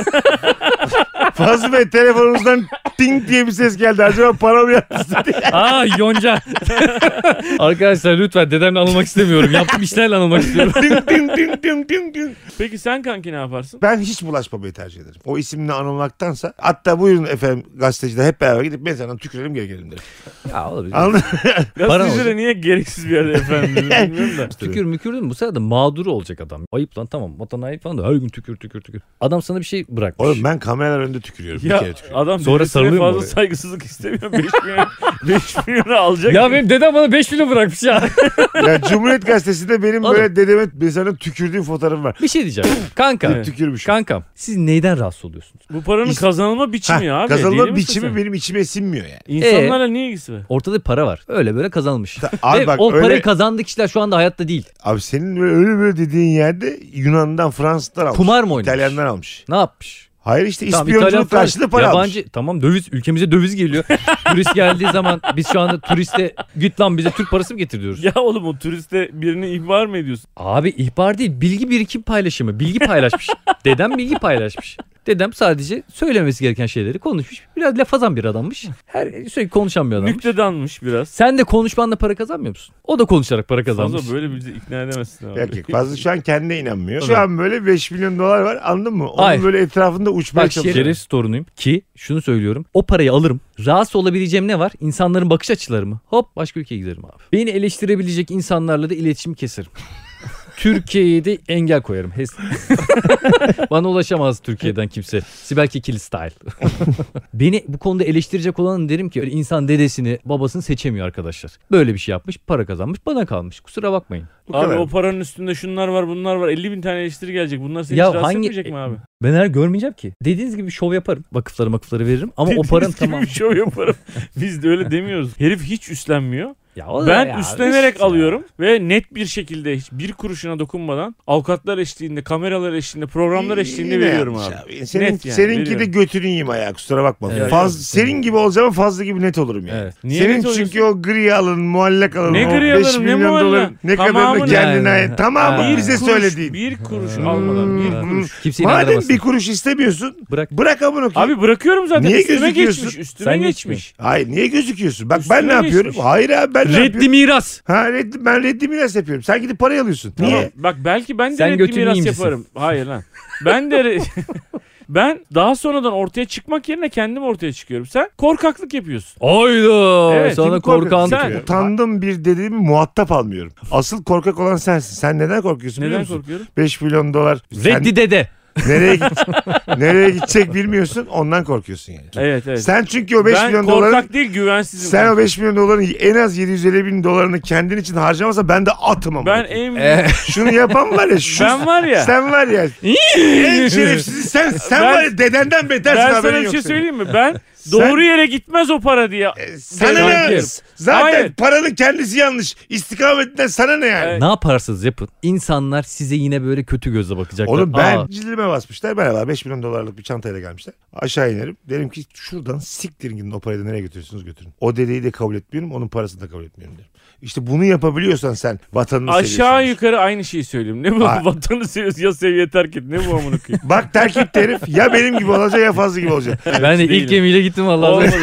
Speaker 1: Fazlı Bey telefonunuzdan ting diye bir ses geldi. Acaba para mı yatmıştı diye.
Speaker 2: Aa yonca. arkadaşlar lütfen dedemle anılmak istemiyorum. Yaptığım işlerle anılmak istiyorum.
Speaker 1: Ting ting ting ting ting ting.
Speaker 3: Peki sen kanki ne yaparsın?
Speaker 1: Ben hiç bulaşmamayı tercih ederim. O isimle anılmaktansa. Hatta buyurun efendim gazeteciler hep beraber gidip mezarına tükürelim geri gelelim derim.
Speaker 2: ya olabilir.
Speaker 1: Anladın
Speaker 3: Gazetecilere niye gereksiz bir yerde efendim dedim bilmiyorum da.
Speaker 2: Tükür mükür değil mi? Bu sefer de mağduru olacak adam. Ayıp lan tamam. Vatan haini falan da her gün tükür tükür tükür. Adam sana bir şey bırakmış.
Speaker 1: Oğlum ben kameralar önünde tükürüyorum. bir kere
Speaker 3: Ya
Speaker 1: tükürüyorum.
Speaker 3: adam
Speaker 2: Sonra
Speaker 3: Sonra
Speaker 2: sarılıyor mu
Speaker 3: fazla
Speaker 2: oraya?
Speaker 3: saygısızlık istemiyor. 5 milyon, 5 milyonu alacak.
Speaker 2: Ya benim dedem bana 5 milyon bırakmış ya.
Speaker 1: ya Cumhuriyet Gazetesi'nde benim
Speaker 2: Oğlum.
Speaker 1: böyle dedeme mezarına tükürdüğüm fotoğrafım var.
Speaker 2: bir şey diyeceğim. Kanka.
Speaker 3: Evet.
Speaker 1: Tükürmüş.
Speaker 2: Kankam siz neyden rahatsız oluyorsunuz?
Speaker 3: Bu paranın
Speaker 1: İşte-
Speaker 3: kazanılma biçimi
Speaker 1: Ha,
Speaker 3: abi. deli
Speaker 1: Kazanma
Speaker 3: misin
Speaker 1: biçimi
Speaker 3: sen?
Speaker 1: benim içime sinmiyor yani.
Speaker 3: İnsanlarla ne ilgisi var?
Speaker 2: Ortada bir para var. Öyle böyle kazanılmış. Ve
Speaker 1: Abi bak
Speaker 2: o
Speaker 1: öyle,
Speaker 2: parayı kazandığı kişiler şu anda hayatta değil.
Speaker 1: abi senin böyle öyle böyle dediğin yerde Yunan'dan Fransız'dan almış.
Speaker 2: Kumar mı oynamış?
Speaker 1: İtalyan'dan almış.
Speaker 2: Ne yapmış?
Speaker 1: Hayır işte
Speaker 2: Tamam,
Speaker 1: ispiyonculuk
Speaker 2: falan-
Speaker 1: karşılığı para almış.
Speaker 2: Yabancı tamam döviz ülkemize döviz geliyor. Turist geldiği zaman biz şu anda turiste git lan bize Türk parası mı getir diyoruz.
Speaker 3: Ya oğlum o turiste birini ihbar mı ediyorsun?
Speaker 2: Abi ihbar değil bilgi birikim paylaşımı. Bilgi paylaşmış. Dedem bilgi paylaşmış. Dedem sadece söylemesi gereken şeyleri konuşmuş. Biraz lafazan bir adammış. Her sürekli konuşan bir adammış.
Speaker 3: Nüktedanmış biraz.
Speaker 2: Sen de konuşmanla para kazanmıyor musun? O da konuşarak para kazanmış.
Speaker 3: Fazla böyle bizi ikna edemezsin abi.
Speaker 1: Erkek fazla şu an kendine inanmıyor. Şu
Speaker 2: Evet.
Speaker 1: an böyle 5 milyon dolar var anladın mı? Onun
Speaker 2: Hayır.
Speaker 1: böyle etrafında uçmaya
Speaker 2: Bak
Speaker 1: çalışıyor.
Speaker 2: şerefsiz torunuyum ki şunu söylüyorum. O parayı alırım. Rahatsız olabileceğim ne var? İnsanların bakış açıları mı? Hop başka ülkeye giderim abi. Beni eleştirebilecek insanlarla da iletişim keserim. Türkiye'ye de engel koyarım. Hes- Bana ulaşamaz Türkiye'den kimse. Sibel Kekil style. Beni bu konuda eleştirecek olanın derim ki öyle insan dedesini babasını seçemiyor arkadaşlar. Böyle bir şey yapmış para kazanmış bana kalmış kusura bakmayın.
Speaker 1: Bu
Speaker 3: Abi
Speaker 1: kadar.
Speaker 3: o paranın üstünde şunlar var bunlar var 50 bin tane eleştiri gelecek. Bunlar seni
Speaker 2: Ya
Speaker 3: hiç rahatsız
Speaker 2: hangi-
Speaker 3: etmeyecek mi abi?
Speaker 2: Ben her görmeyeceğim ki. Dediğiniz gibi şov yaparım. Vakıfları makıfları veririm ama o
Speaker 3: Dediğiniz
Speaker 2: paranın
Speaker 3: gibi
Speaker 2: tamam.
Speaker 3: bir şey şov yaparım. Biz de öyle demiyoruz. Herif hiç üstlenmiyor.
Speaker 2: Ya o da
Speaker 3: ben
Speaker 2: ya, şey
Speaker 3: üstlenerek
Speaker 2: üst ya.
Speaker 3: alıyorum ve net bir şekilde hiç bir kuruşuna dokunmadan avukatlar eşliğinde, kameralar eşliğinde, programlar eşliğinde
Speaker 1: Yine
Speaker 3: veriyorum
Speaker 1: yapmış
Speaker 3: abi.
Speaker 1: Senin,
Speaker 3: Net yani,
Speaker 1: seninki de
Speaker 3: veriyorum.
Speaker 1: götünün yiyeyim ayağı kusura bakma.
Speaker 2: Evet.
Speaker 1: Faz, senin gibi olacağım ama fazla gibi net olurum yani.
Speaker 2: Evet.
Speaker 3: Niye net
Speaker 1: senin
Speaker 3: oluyorsun?
Speaker 1: çünkü o gri alın, muallak alın,
Speaker 3: Ne
Speaker 1: o
Speaker 3: gri
Speaker 1: 5
Speaker 3: alırım, ne
Speaker 1: milyon
Speaker 3: muallak?
Speaker 1: doların ne kadar da
Speaker 3: Tamamını-
Speaker 1: kendine
Speaker 2: Yani.
Speaker 1: ait. Tamamı
Speaker 2: Bir
Speaker 1: bize
Speaker 3: kuruş-
Speaker 1: söylediğin.
Speaker 3: Bir kuruş
Speaker 2: Hmm.
Speaker 3: almadan bir
Speaker 2: Hmm.
Speaker 3: kuruş.
Speaker 2: Kimse
Speaker 1: Madem
Speaker 2: inandıramazsın.
Speaker 1: bir kuruş istemiyorsun
Speaker 2: Bırak.
Speaker 1: bırak amına koyayım.
Speaker 3: Abi bırakıyorum zaten
Speaker 1: Niye
Speaker 3: üstüme
Speaker 1: gözüküyorsun?
Speaker 3: geçmiş üstüme
Speaker 2: Sen
Speaker 3: geçmiş.
Speaker 1: Hayır niye gözüküyorsun? Bak
Speaker 3: Üstüne
Speaker 1: ben ne yapıyorum?
Speaker 3: geçmiş.
Speaker 1: Hayır abi ben ne yapıyorum?
Speaker 2: Reddi miras.
Speaker 1: Ha, reddi, ben reddi miras yapıyorum. Sen gidip parayı alıyorsun. Niye?
Speaker 3: Tamam. Bak belki ben de
Speaker 2: Sen
Speaker 3: reddi
Speaker 2: götünü
Speaker 3: miras
Speaker 2: yiyeyim misin?
Speaker 3: yaparım. Hayır lan. Ben de re- ben daha sonradan ortaya çıkmak yerine kendim ortaya çıkıyorum. Sen korkaklık yapıyorsun.
Speaker 2: Oydu.
Speaker 3: Evet,
Speaker 2: Sana
Speaker 1: Kim
Speaker 2: korkan.
Speaker 1: korkuyor?
Speaker 3: Sen-
Speaker 1: Utandım bir dediğimi muhatap almıyorum. Asıl korkak olan sensin. Sen neden korkuyorsun biliyor
Speaker 3: Neden
Speaker 1: musun?
Speaker 3: korkuyorum?
Speaker 1: 5 milyon dolar. Sen
Speaker 2: Reddi dede.
Speaker 1: nereye, git, nereye gidecek bilmiyorsun. Ondan korkuyorsun yani.
Speaker 3: Evet evet.
Speaker 1: Sen çünkü o 5
Speaker 3: ben
Speaker 1: milyon
Speaker 3: korkak
Speaker 1: doların
Speaker 3: değil güvensizim.
Speaker 1: sen o 5 milyon doların en az 750 bin dolarını kendin için harcamasa ben de atım ama.
Speaker 3: ben en
Speaker 2: Eh,
Speaker 1: Şunu yapan var ya. Şu,
Speaker 3: ben var ya.
Speaker 1: Sen var ya. en şerefsiz sen. Sen
Speaker 3: Ben-
Speaker 1: var ya dedenden betersin
Speaker 3: ben sana
Speaker 1: haberin
Speaker 3: bir
Speaker 1: yok
Speaker 3: şey
Speaker 1: senin.
Speaker 3: söyleyeyim mi? Ben
Speaker 1: Sen- E,
Speaker 3: doğru yere gitmez o para diye.
Speaker 1: Sana
Speaker 3: Ben
Speaker 1: ne?
Speaker 3: diyorum.
Speaker 1: Zaten
Speaker 3: Hayır.
Speaker 1: paranın kendisi yanlış. İstikametinden sana ne yani?
Speaker 3: Evet.
Speaker 2: ne yaparsanız yapın. İnsanlar size yine böyle kötü gözle bakacaklar.
Speaker 1: Oğlum ben
Speaker 2: Aa,
Speaker 1: cildime basmışlar. Merhaba 5 milyon dolarlık bir çantayla gelmişler. Aşağı inerim. Derim ki şuradan siktirin gidin o parayı da nereye götürüyorsunuz götürün. O dedeyi de kabul etmiyorum. Onun parasını da kabul etmiyorum derim. İşte bunu yapabiliyorsan sen vatanını
Speaker 3: Aşağı
Speaker 1: seviyorsun.
Speaker 3: yukarı aynı şeyi söyleyeyim. Ne bu
Speaker 1: Ay.
Speaker 3: vatanı seviyorsun ya seviye terk et. Ne bu amına koyayım?
Speaker 1: Bak terk etti herif. Ya benim gibi olacak ya fazla gibi olacak.
Speaker 2: ben de ilk
Speaker 3: değilim.
Speaker 2: gemiyle gittim vallahi.
Speaker 3: Olmadı.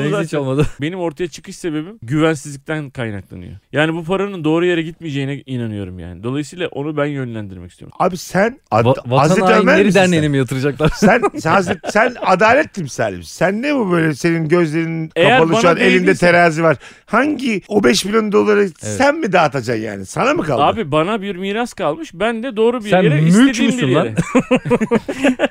Speaker 2: Neyse hiç olmadı.
Speaker 3: Benim ortaya çıkış sebebim güvensizlikten kaynaklanıyor. Yani bu paranın doğru yere gitmeyeceğine inanıyorum yani. Dolayısıyla onu ben yönlendirmek istiyorum.
Speaker 1: Abi sen ad-
Speaker 2: Va- Vatan
Speaker 1: Hazreti Ömer
Speaker 2: hainleri
Speaker 1: misin sen?
Speaker 2: derneğine mi yatıracaklar?
Speaker 1: Sen, sen, Hazret- sen adalet timsali misin? Sen ne bu böyle senin gözlerin
Speaker 3: Eğer
Speaker 1: kapalı şu
Speaker 3: bana
Speaker 1: an elinde
Speaker 3: değdiyse-
Speaker 1: terazi var. Hangi o 5 milyon doları sen mi dağıtacaksın yani? Sana mı kaldı?
Speaker 3: Abi bana bir miras kalmış. Ben de doğru bir
Speaker 2: Sen
Speaker 3: yere
Speaker 2: mülk
Speaker 3: istediğim bir
Speaker 2: müsün
Speaker 3: yere.
Speaker 2: lan?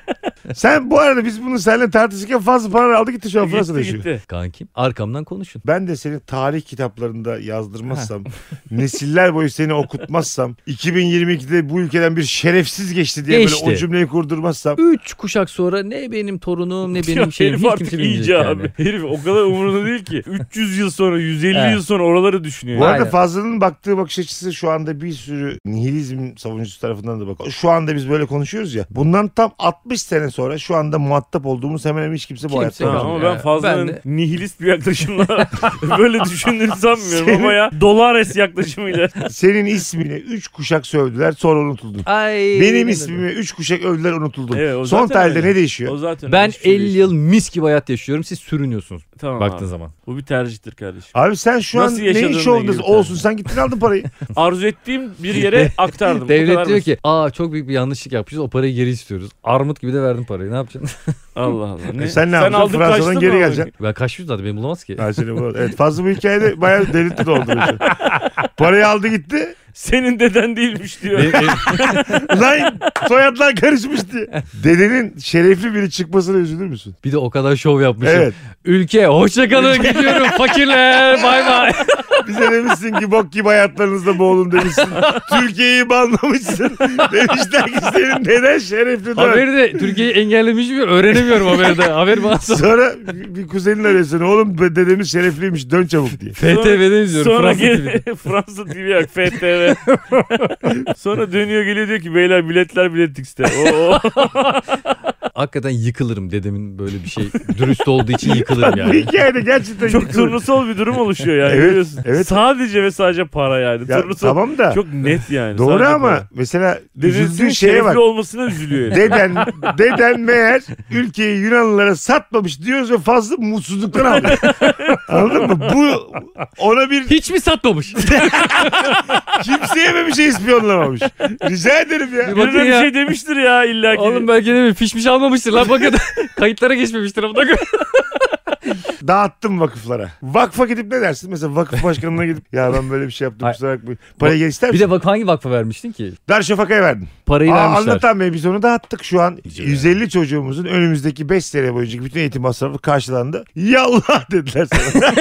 Speaker 1: Sen bu arada biz bunu seninle tartışırken fazla para aldı gitti şu an Fransa'da
Speaker 3: gitti
Speaker 1: yaşıyor.
Speaker 3: gitti.
Speaker 2: Kankim arkamdan konuşun.
Speaker 1: Ben de senin tarih kitaplarında yazdırmazsam, nesiller boyu seni okutmazsam, 2022'de bu ülkeden bir şerefsiz geçti diye
Speaker 2: Geçti.
Speaker 1: böyle o cümleyi kurdurmazsam.
Speaker 2: Üç kuşak sonra ne benim torunum ne
Speaker 3: Ya
Speaker 2: benim şeyim
Speaker 3: herif
Speaker 2: hiç
Speaker 3: artık
Speaker 2: kimse
Speaker 3: iyice
Speaker 2: bilmeyecek yani.
Speaker 3: abi. Herif o kadar umurunda değil ki. 300 yıl sonra 150
Speaker 2: Evet.
Speaker 3: yıl sonra oraları düşünüyor.
Speaker 1: Bu arada
Speaker 2: Aynen.
Speaker 1: Fazlı'nın baktığı bakış açısı şu anda bir sürü nihilizm savunucusu tarafından da bak. Şu anda biz böyle konuşuyoruz ya. Bundan tam 60 sene sonra şu anda muhatap olduğumuz hemen hemen hiç kimse bu hayatta
Speaker 2: Kimse yok.
Speaker 3: Ha,
Speaker 1: olmaz.
Speaker 3: ama
Speaker 2: Ya,
Speaker 3: ben fazla
Speaker 2: ben de-
Speaker 3: nihilist bir yaklaşımla böyle düşündüğünü sanmıyorum ama ya Dolares yaklaşımıyla.
Speaker 1: Senin ismini 3 kuşak sövdüler sonra unutuldun.
Speaker 2: Ay,
Speaker 1: Benim
Speaker 2: bilmiyorum.
Speaker 1: ismimi 3 kuşak övdüler unutuldum.
Speaker 3: Evet, o
Speaker 1: Son
Speaker 3: zaten
Speaker 1: tarihte
Speaker 3: öyle.
Speaker 1: ne değişiyor?
Speaker 3: O zaten
Speaker 2: Ben
Speaker 3: hiçbir şey
Speaker 2: 50 yıl mis gibi hayat yaşıyorum siz sürünüyorsunuz
Speaker 3: değil. tamam
Speaker 2: baktığın
Speaker 3: abi.
Speaker 2: zaman.
Speaker 3: Bu bir tercihtir kardeşim.
Speaker 1: Abi sen şu
Speaker 3: Nasıl
Speaker 1: an ne
Speaker 3: yaşadığınla
Speaker 1: iş
Speaker 3: ilgili
Speaker 1: oldun?
Speaker 3: bir
Speaker 1: Olsun
Speaker 3: tarih.
Speaker 1: sen gittin aldın parayı.
Speaker 3: Arzu ettiğim bir yere aktardım. Bu
Speaker 2: Devlet
Speaker 3: kadar
Speaker 2: diyor
Speaker 3: basit.
Speaker 2: ki aa çok büyük bir yanlışlık yapmışız o parayı geri istiyoruz. Armut gibi de verdim parayı ne yapacaksın?
Speaker 3: Allah Allah. Ne?
Speaker 1: E Sen ne yapacaksın?
Speaker 3: aldın
Speaker 1: Fransa'dan
Speaker 3: kaçtın
Speaker 1: geri
Speaker 3: mı?
Speaker 1: geleceksin.
Speaker 2: ben kaç yüz zaten beni bulamaz ki.
Speaker 1: Ben seni bu- Evet fazla bu hikayede bayağı delirtli dolduruyorsun. parayı aldı gitti.
Speaker 3: Senin deden değilmiş diyor.
Speaker 2: Benim- benim-
Speaker 1: Lan soyadlar karışmış diye. Dedenin şerefli biri çıkmasına üzülür müsün?
Speaker 2: bir de o kadar şov
Speaker 3: şey-
Speaker 2: yapmışım.
Speaker 1: Evet.
Speaker 2: Ülke hoşçakalın gidiyorum fakirler bay bay.
Speaker 1: Bize demişsin ki bok gibi hayatlarınızda boğulun demişsin. Türkiye'yi banlamışsın. Demişler ki senin deden şerefli dön.
Speaker 2: haberi de Türkiye'yi engellemiş mi öğrenemiyorum haberi de. Haber bana sor-
Speaker 1: Sonra bir kuzenin arıyorsun. Oğlum be- dedemiz şerefliymiş dön çabuk diye.
Speaker 2: FTV'de izliyorum.
Speaker 3: Sonra
Speaker 2: Fransız TV'de.
Speaker 3: gel Fransa TV yok FTV. Sonra dönüyor geliyor diyor ki beyler biletler biletix'te. Oo.
Speaker 2: Hakikaten yıkılırım dedemin böyle bir şey dürüst olduğu için yıkılırım
Speaker 1: Bu
Speaker 2: yani.
Speaker 1: hikayede gerçekten
Speaker 3: çok
Speaker 1: yıkılır.
Speaker 3: turnusol bir durum oluşuyor yani.
Speaker 1: Evet,
Speaker 3: Biliyorsun.
Speaker 1: evet.
Speaker 3: Sadece ve sadece para yani.
Speaker 1: Ya,
Speaker 3: turnusol
Speaker 1: tamam da
Speaker 3: çok net yani.
Speaker 1: doğru
Speaker 3: Sadece
Speaker 1: ama
Speaker 3: para.
Speaker 1: mesela
Speaker 3: Dedesinin
Speaker 1: üzüldüğün şeye
Speaker 3: şerefli
Speaker 1: bak.
Speaker 3: olmasına üzülüyor. yani.
Speaker 1: Deden, deden meğer ülkeyi Yunanlılara satmamış diyoruz ve fazla mutsuzluktan aldı. Anladın mı? Bu ona bir
Speaker 2: Hiç mi satmamış?
Speaker 1: kimseye mi bir şey ispiyonlamamış? Rica ederim ya.
Speaker 2: Bir
Speaker 3: Birine
Speaker 2: bakın
Speaker 3: bir
Speaker 2: ya.
Speaker 3: şey demiştir ya illa ki.
Speaker 2: Oğlum belki de bir fişmiş almamıştır lan bakın. Kayıtlara geçmemiştir. ama da-
Speaker 1: Dağıttım vakıflara. Vakfa gidip ne dersin? Mesela vakıf başkanına gidip ya ben böyle bir şey yaptım
Speaker 2: Ay-
Speaker 1: kusura bakmayın. Parayı gel ister
Speaker 2: Bir
Speaker 1: misin?
Speaker 2: de bak hangi vakfa vermiştin ki?
Speaker 1: Darüşşafaka'ya verdim.
Speaker 2: Parayı
Speaker 1: Aa,
Speaker 2: vermişler.
Speaker 1: anlatan Bey biz onu dağıttık şu an.
Speaker 2: İyice
Speaker 1: 150 çocuğumuzun önümüzdeki 5 sene boyunca bütün eğitim masrafı karşılandı. Yallah dediler sana.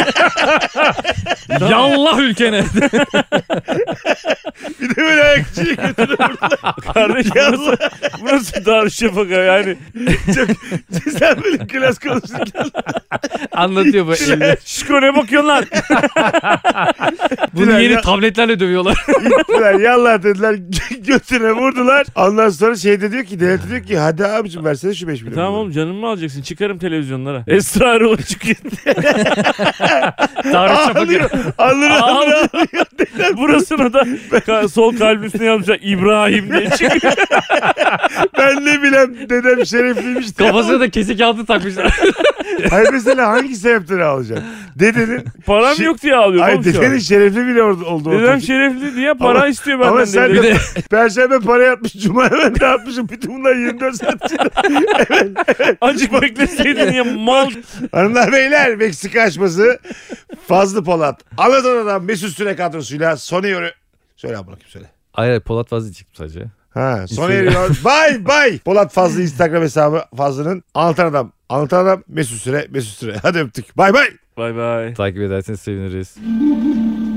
Speaker 3: Yallah ülkene.
Speaker 1: bir de böyle ayakçıyı götürüp
Speaker 3: Kardeşim burası,
Speaker 1: yallah.
Speaker 3: burası Darüşşafaka yani.
Speaker 1: Çok, sen böyle klas konuşurken
Speaker 2: Anlatıyor bu. elini.
Speaker 3: Şiko ne bakıyorsun lan?
Speaker 2: Bunu
Speaker 1: Ya-
Speaker 2: yeni tabletlerle dövüyorlar.
Speaker 1: gittiler. Yallah dediler. Götüne vurdular. Ondan sonra şey de diyor ki devlet diyor ki hadi abicim versene şu 5 milyon.
Speaker 3: tamam oğlum canımı mı alacaksın? Çıkarım televizyonlara. Esra Erol çıkıyor.
Speaker 1: Ağlıyor. Alır alır.
Speaker 3: Al. Burasına da ka- sol kalp üstüne yazmışlar İbrahim diye çıkıyor.
Speaker 1: Ben ne bileyim dedem şerefliymiş. diye.
Speaker 2: Kafasına da kesik altı takmışlar.
Speaker 1: Hayır mesela hangi sebepten alacaksın? Dedenin.
Speaker 3: Param
Speaker 1: Şi-
Speaker 3: yok diye ağlıyor
Speaker 1: Ay
Speaker 3: oğlum şu
Speaker 1: dedenin
Speaker 3: an.
Speaker 1: şerefli bile oldu. oldu
Speaker 3: Dedem şerefli diye para
Speaker 1: Ama-
Speaker 3: istiyor
Speaker 1: ama
Speaker 3: benden.
Speaker 1: sen
Speaker 3: dedi.
Speaker 2: bir de
Speaker 1: Perşembe para yatmış. Cuma ben dağıtmışım. Bütün bunlar 24 saat.
Speaker 3: Azıcık bekleseydin ya mal.
Speaker 1: Hanımlar beyler Meksika açması. Fazlı Polat. Anadolu'dan Mesut Süre kadrosuyla sona yürü. Söyle abone söyle.
Speaker 2: Hayır hayır, Polat Vazlı çıktı sadece.
Speaker 1: Ha, sona
Speaker 2: İstedi-
Speaker 1: eriyor. Bay bay. Polat Fazlı Instagram hesabı Fazlı'nın anlatan adam. Anlatan adam Mesut Süre, Mesut Süre. Hadi öptük. Bay bay.
Speaker 3: Bay bay.
Speaker 2: Takip ederseniz seviniriz.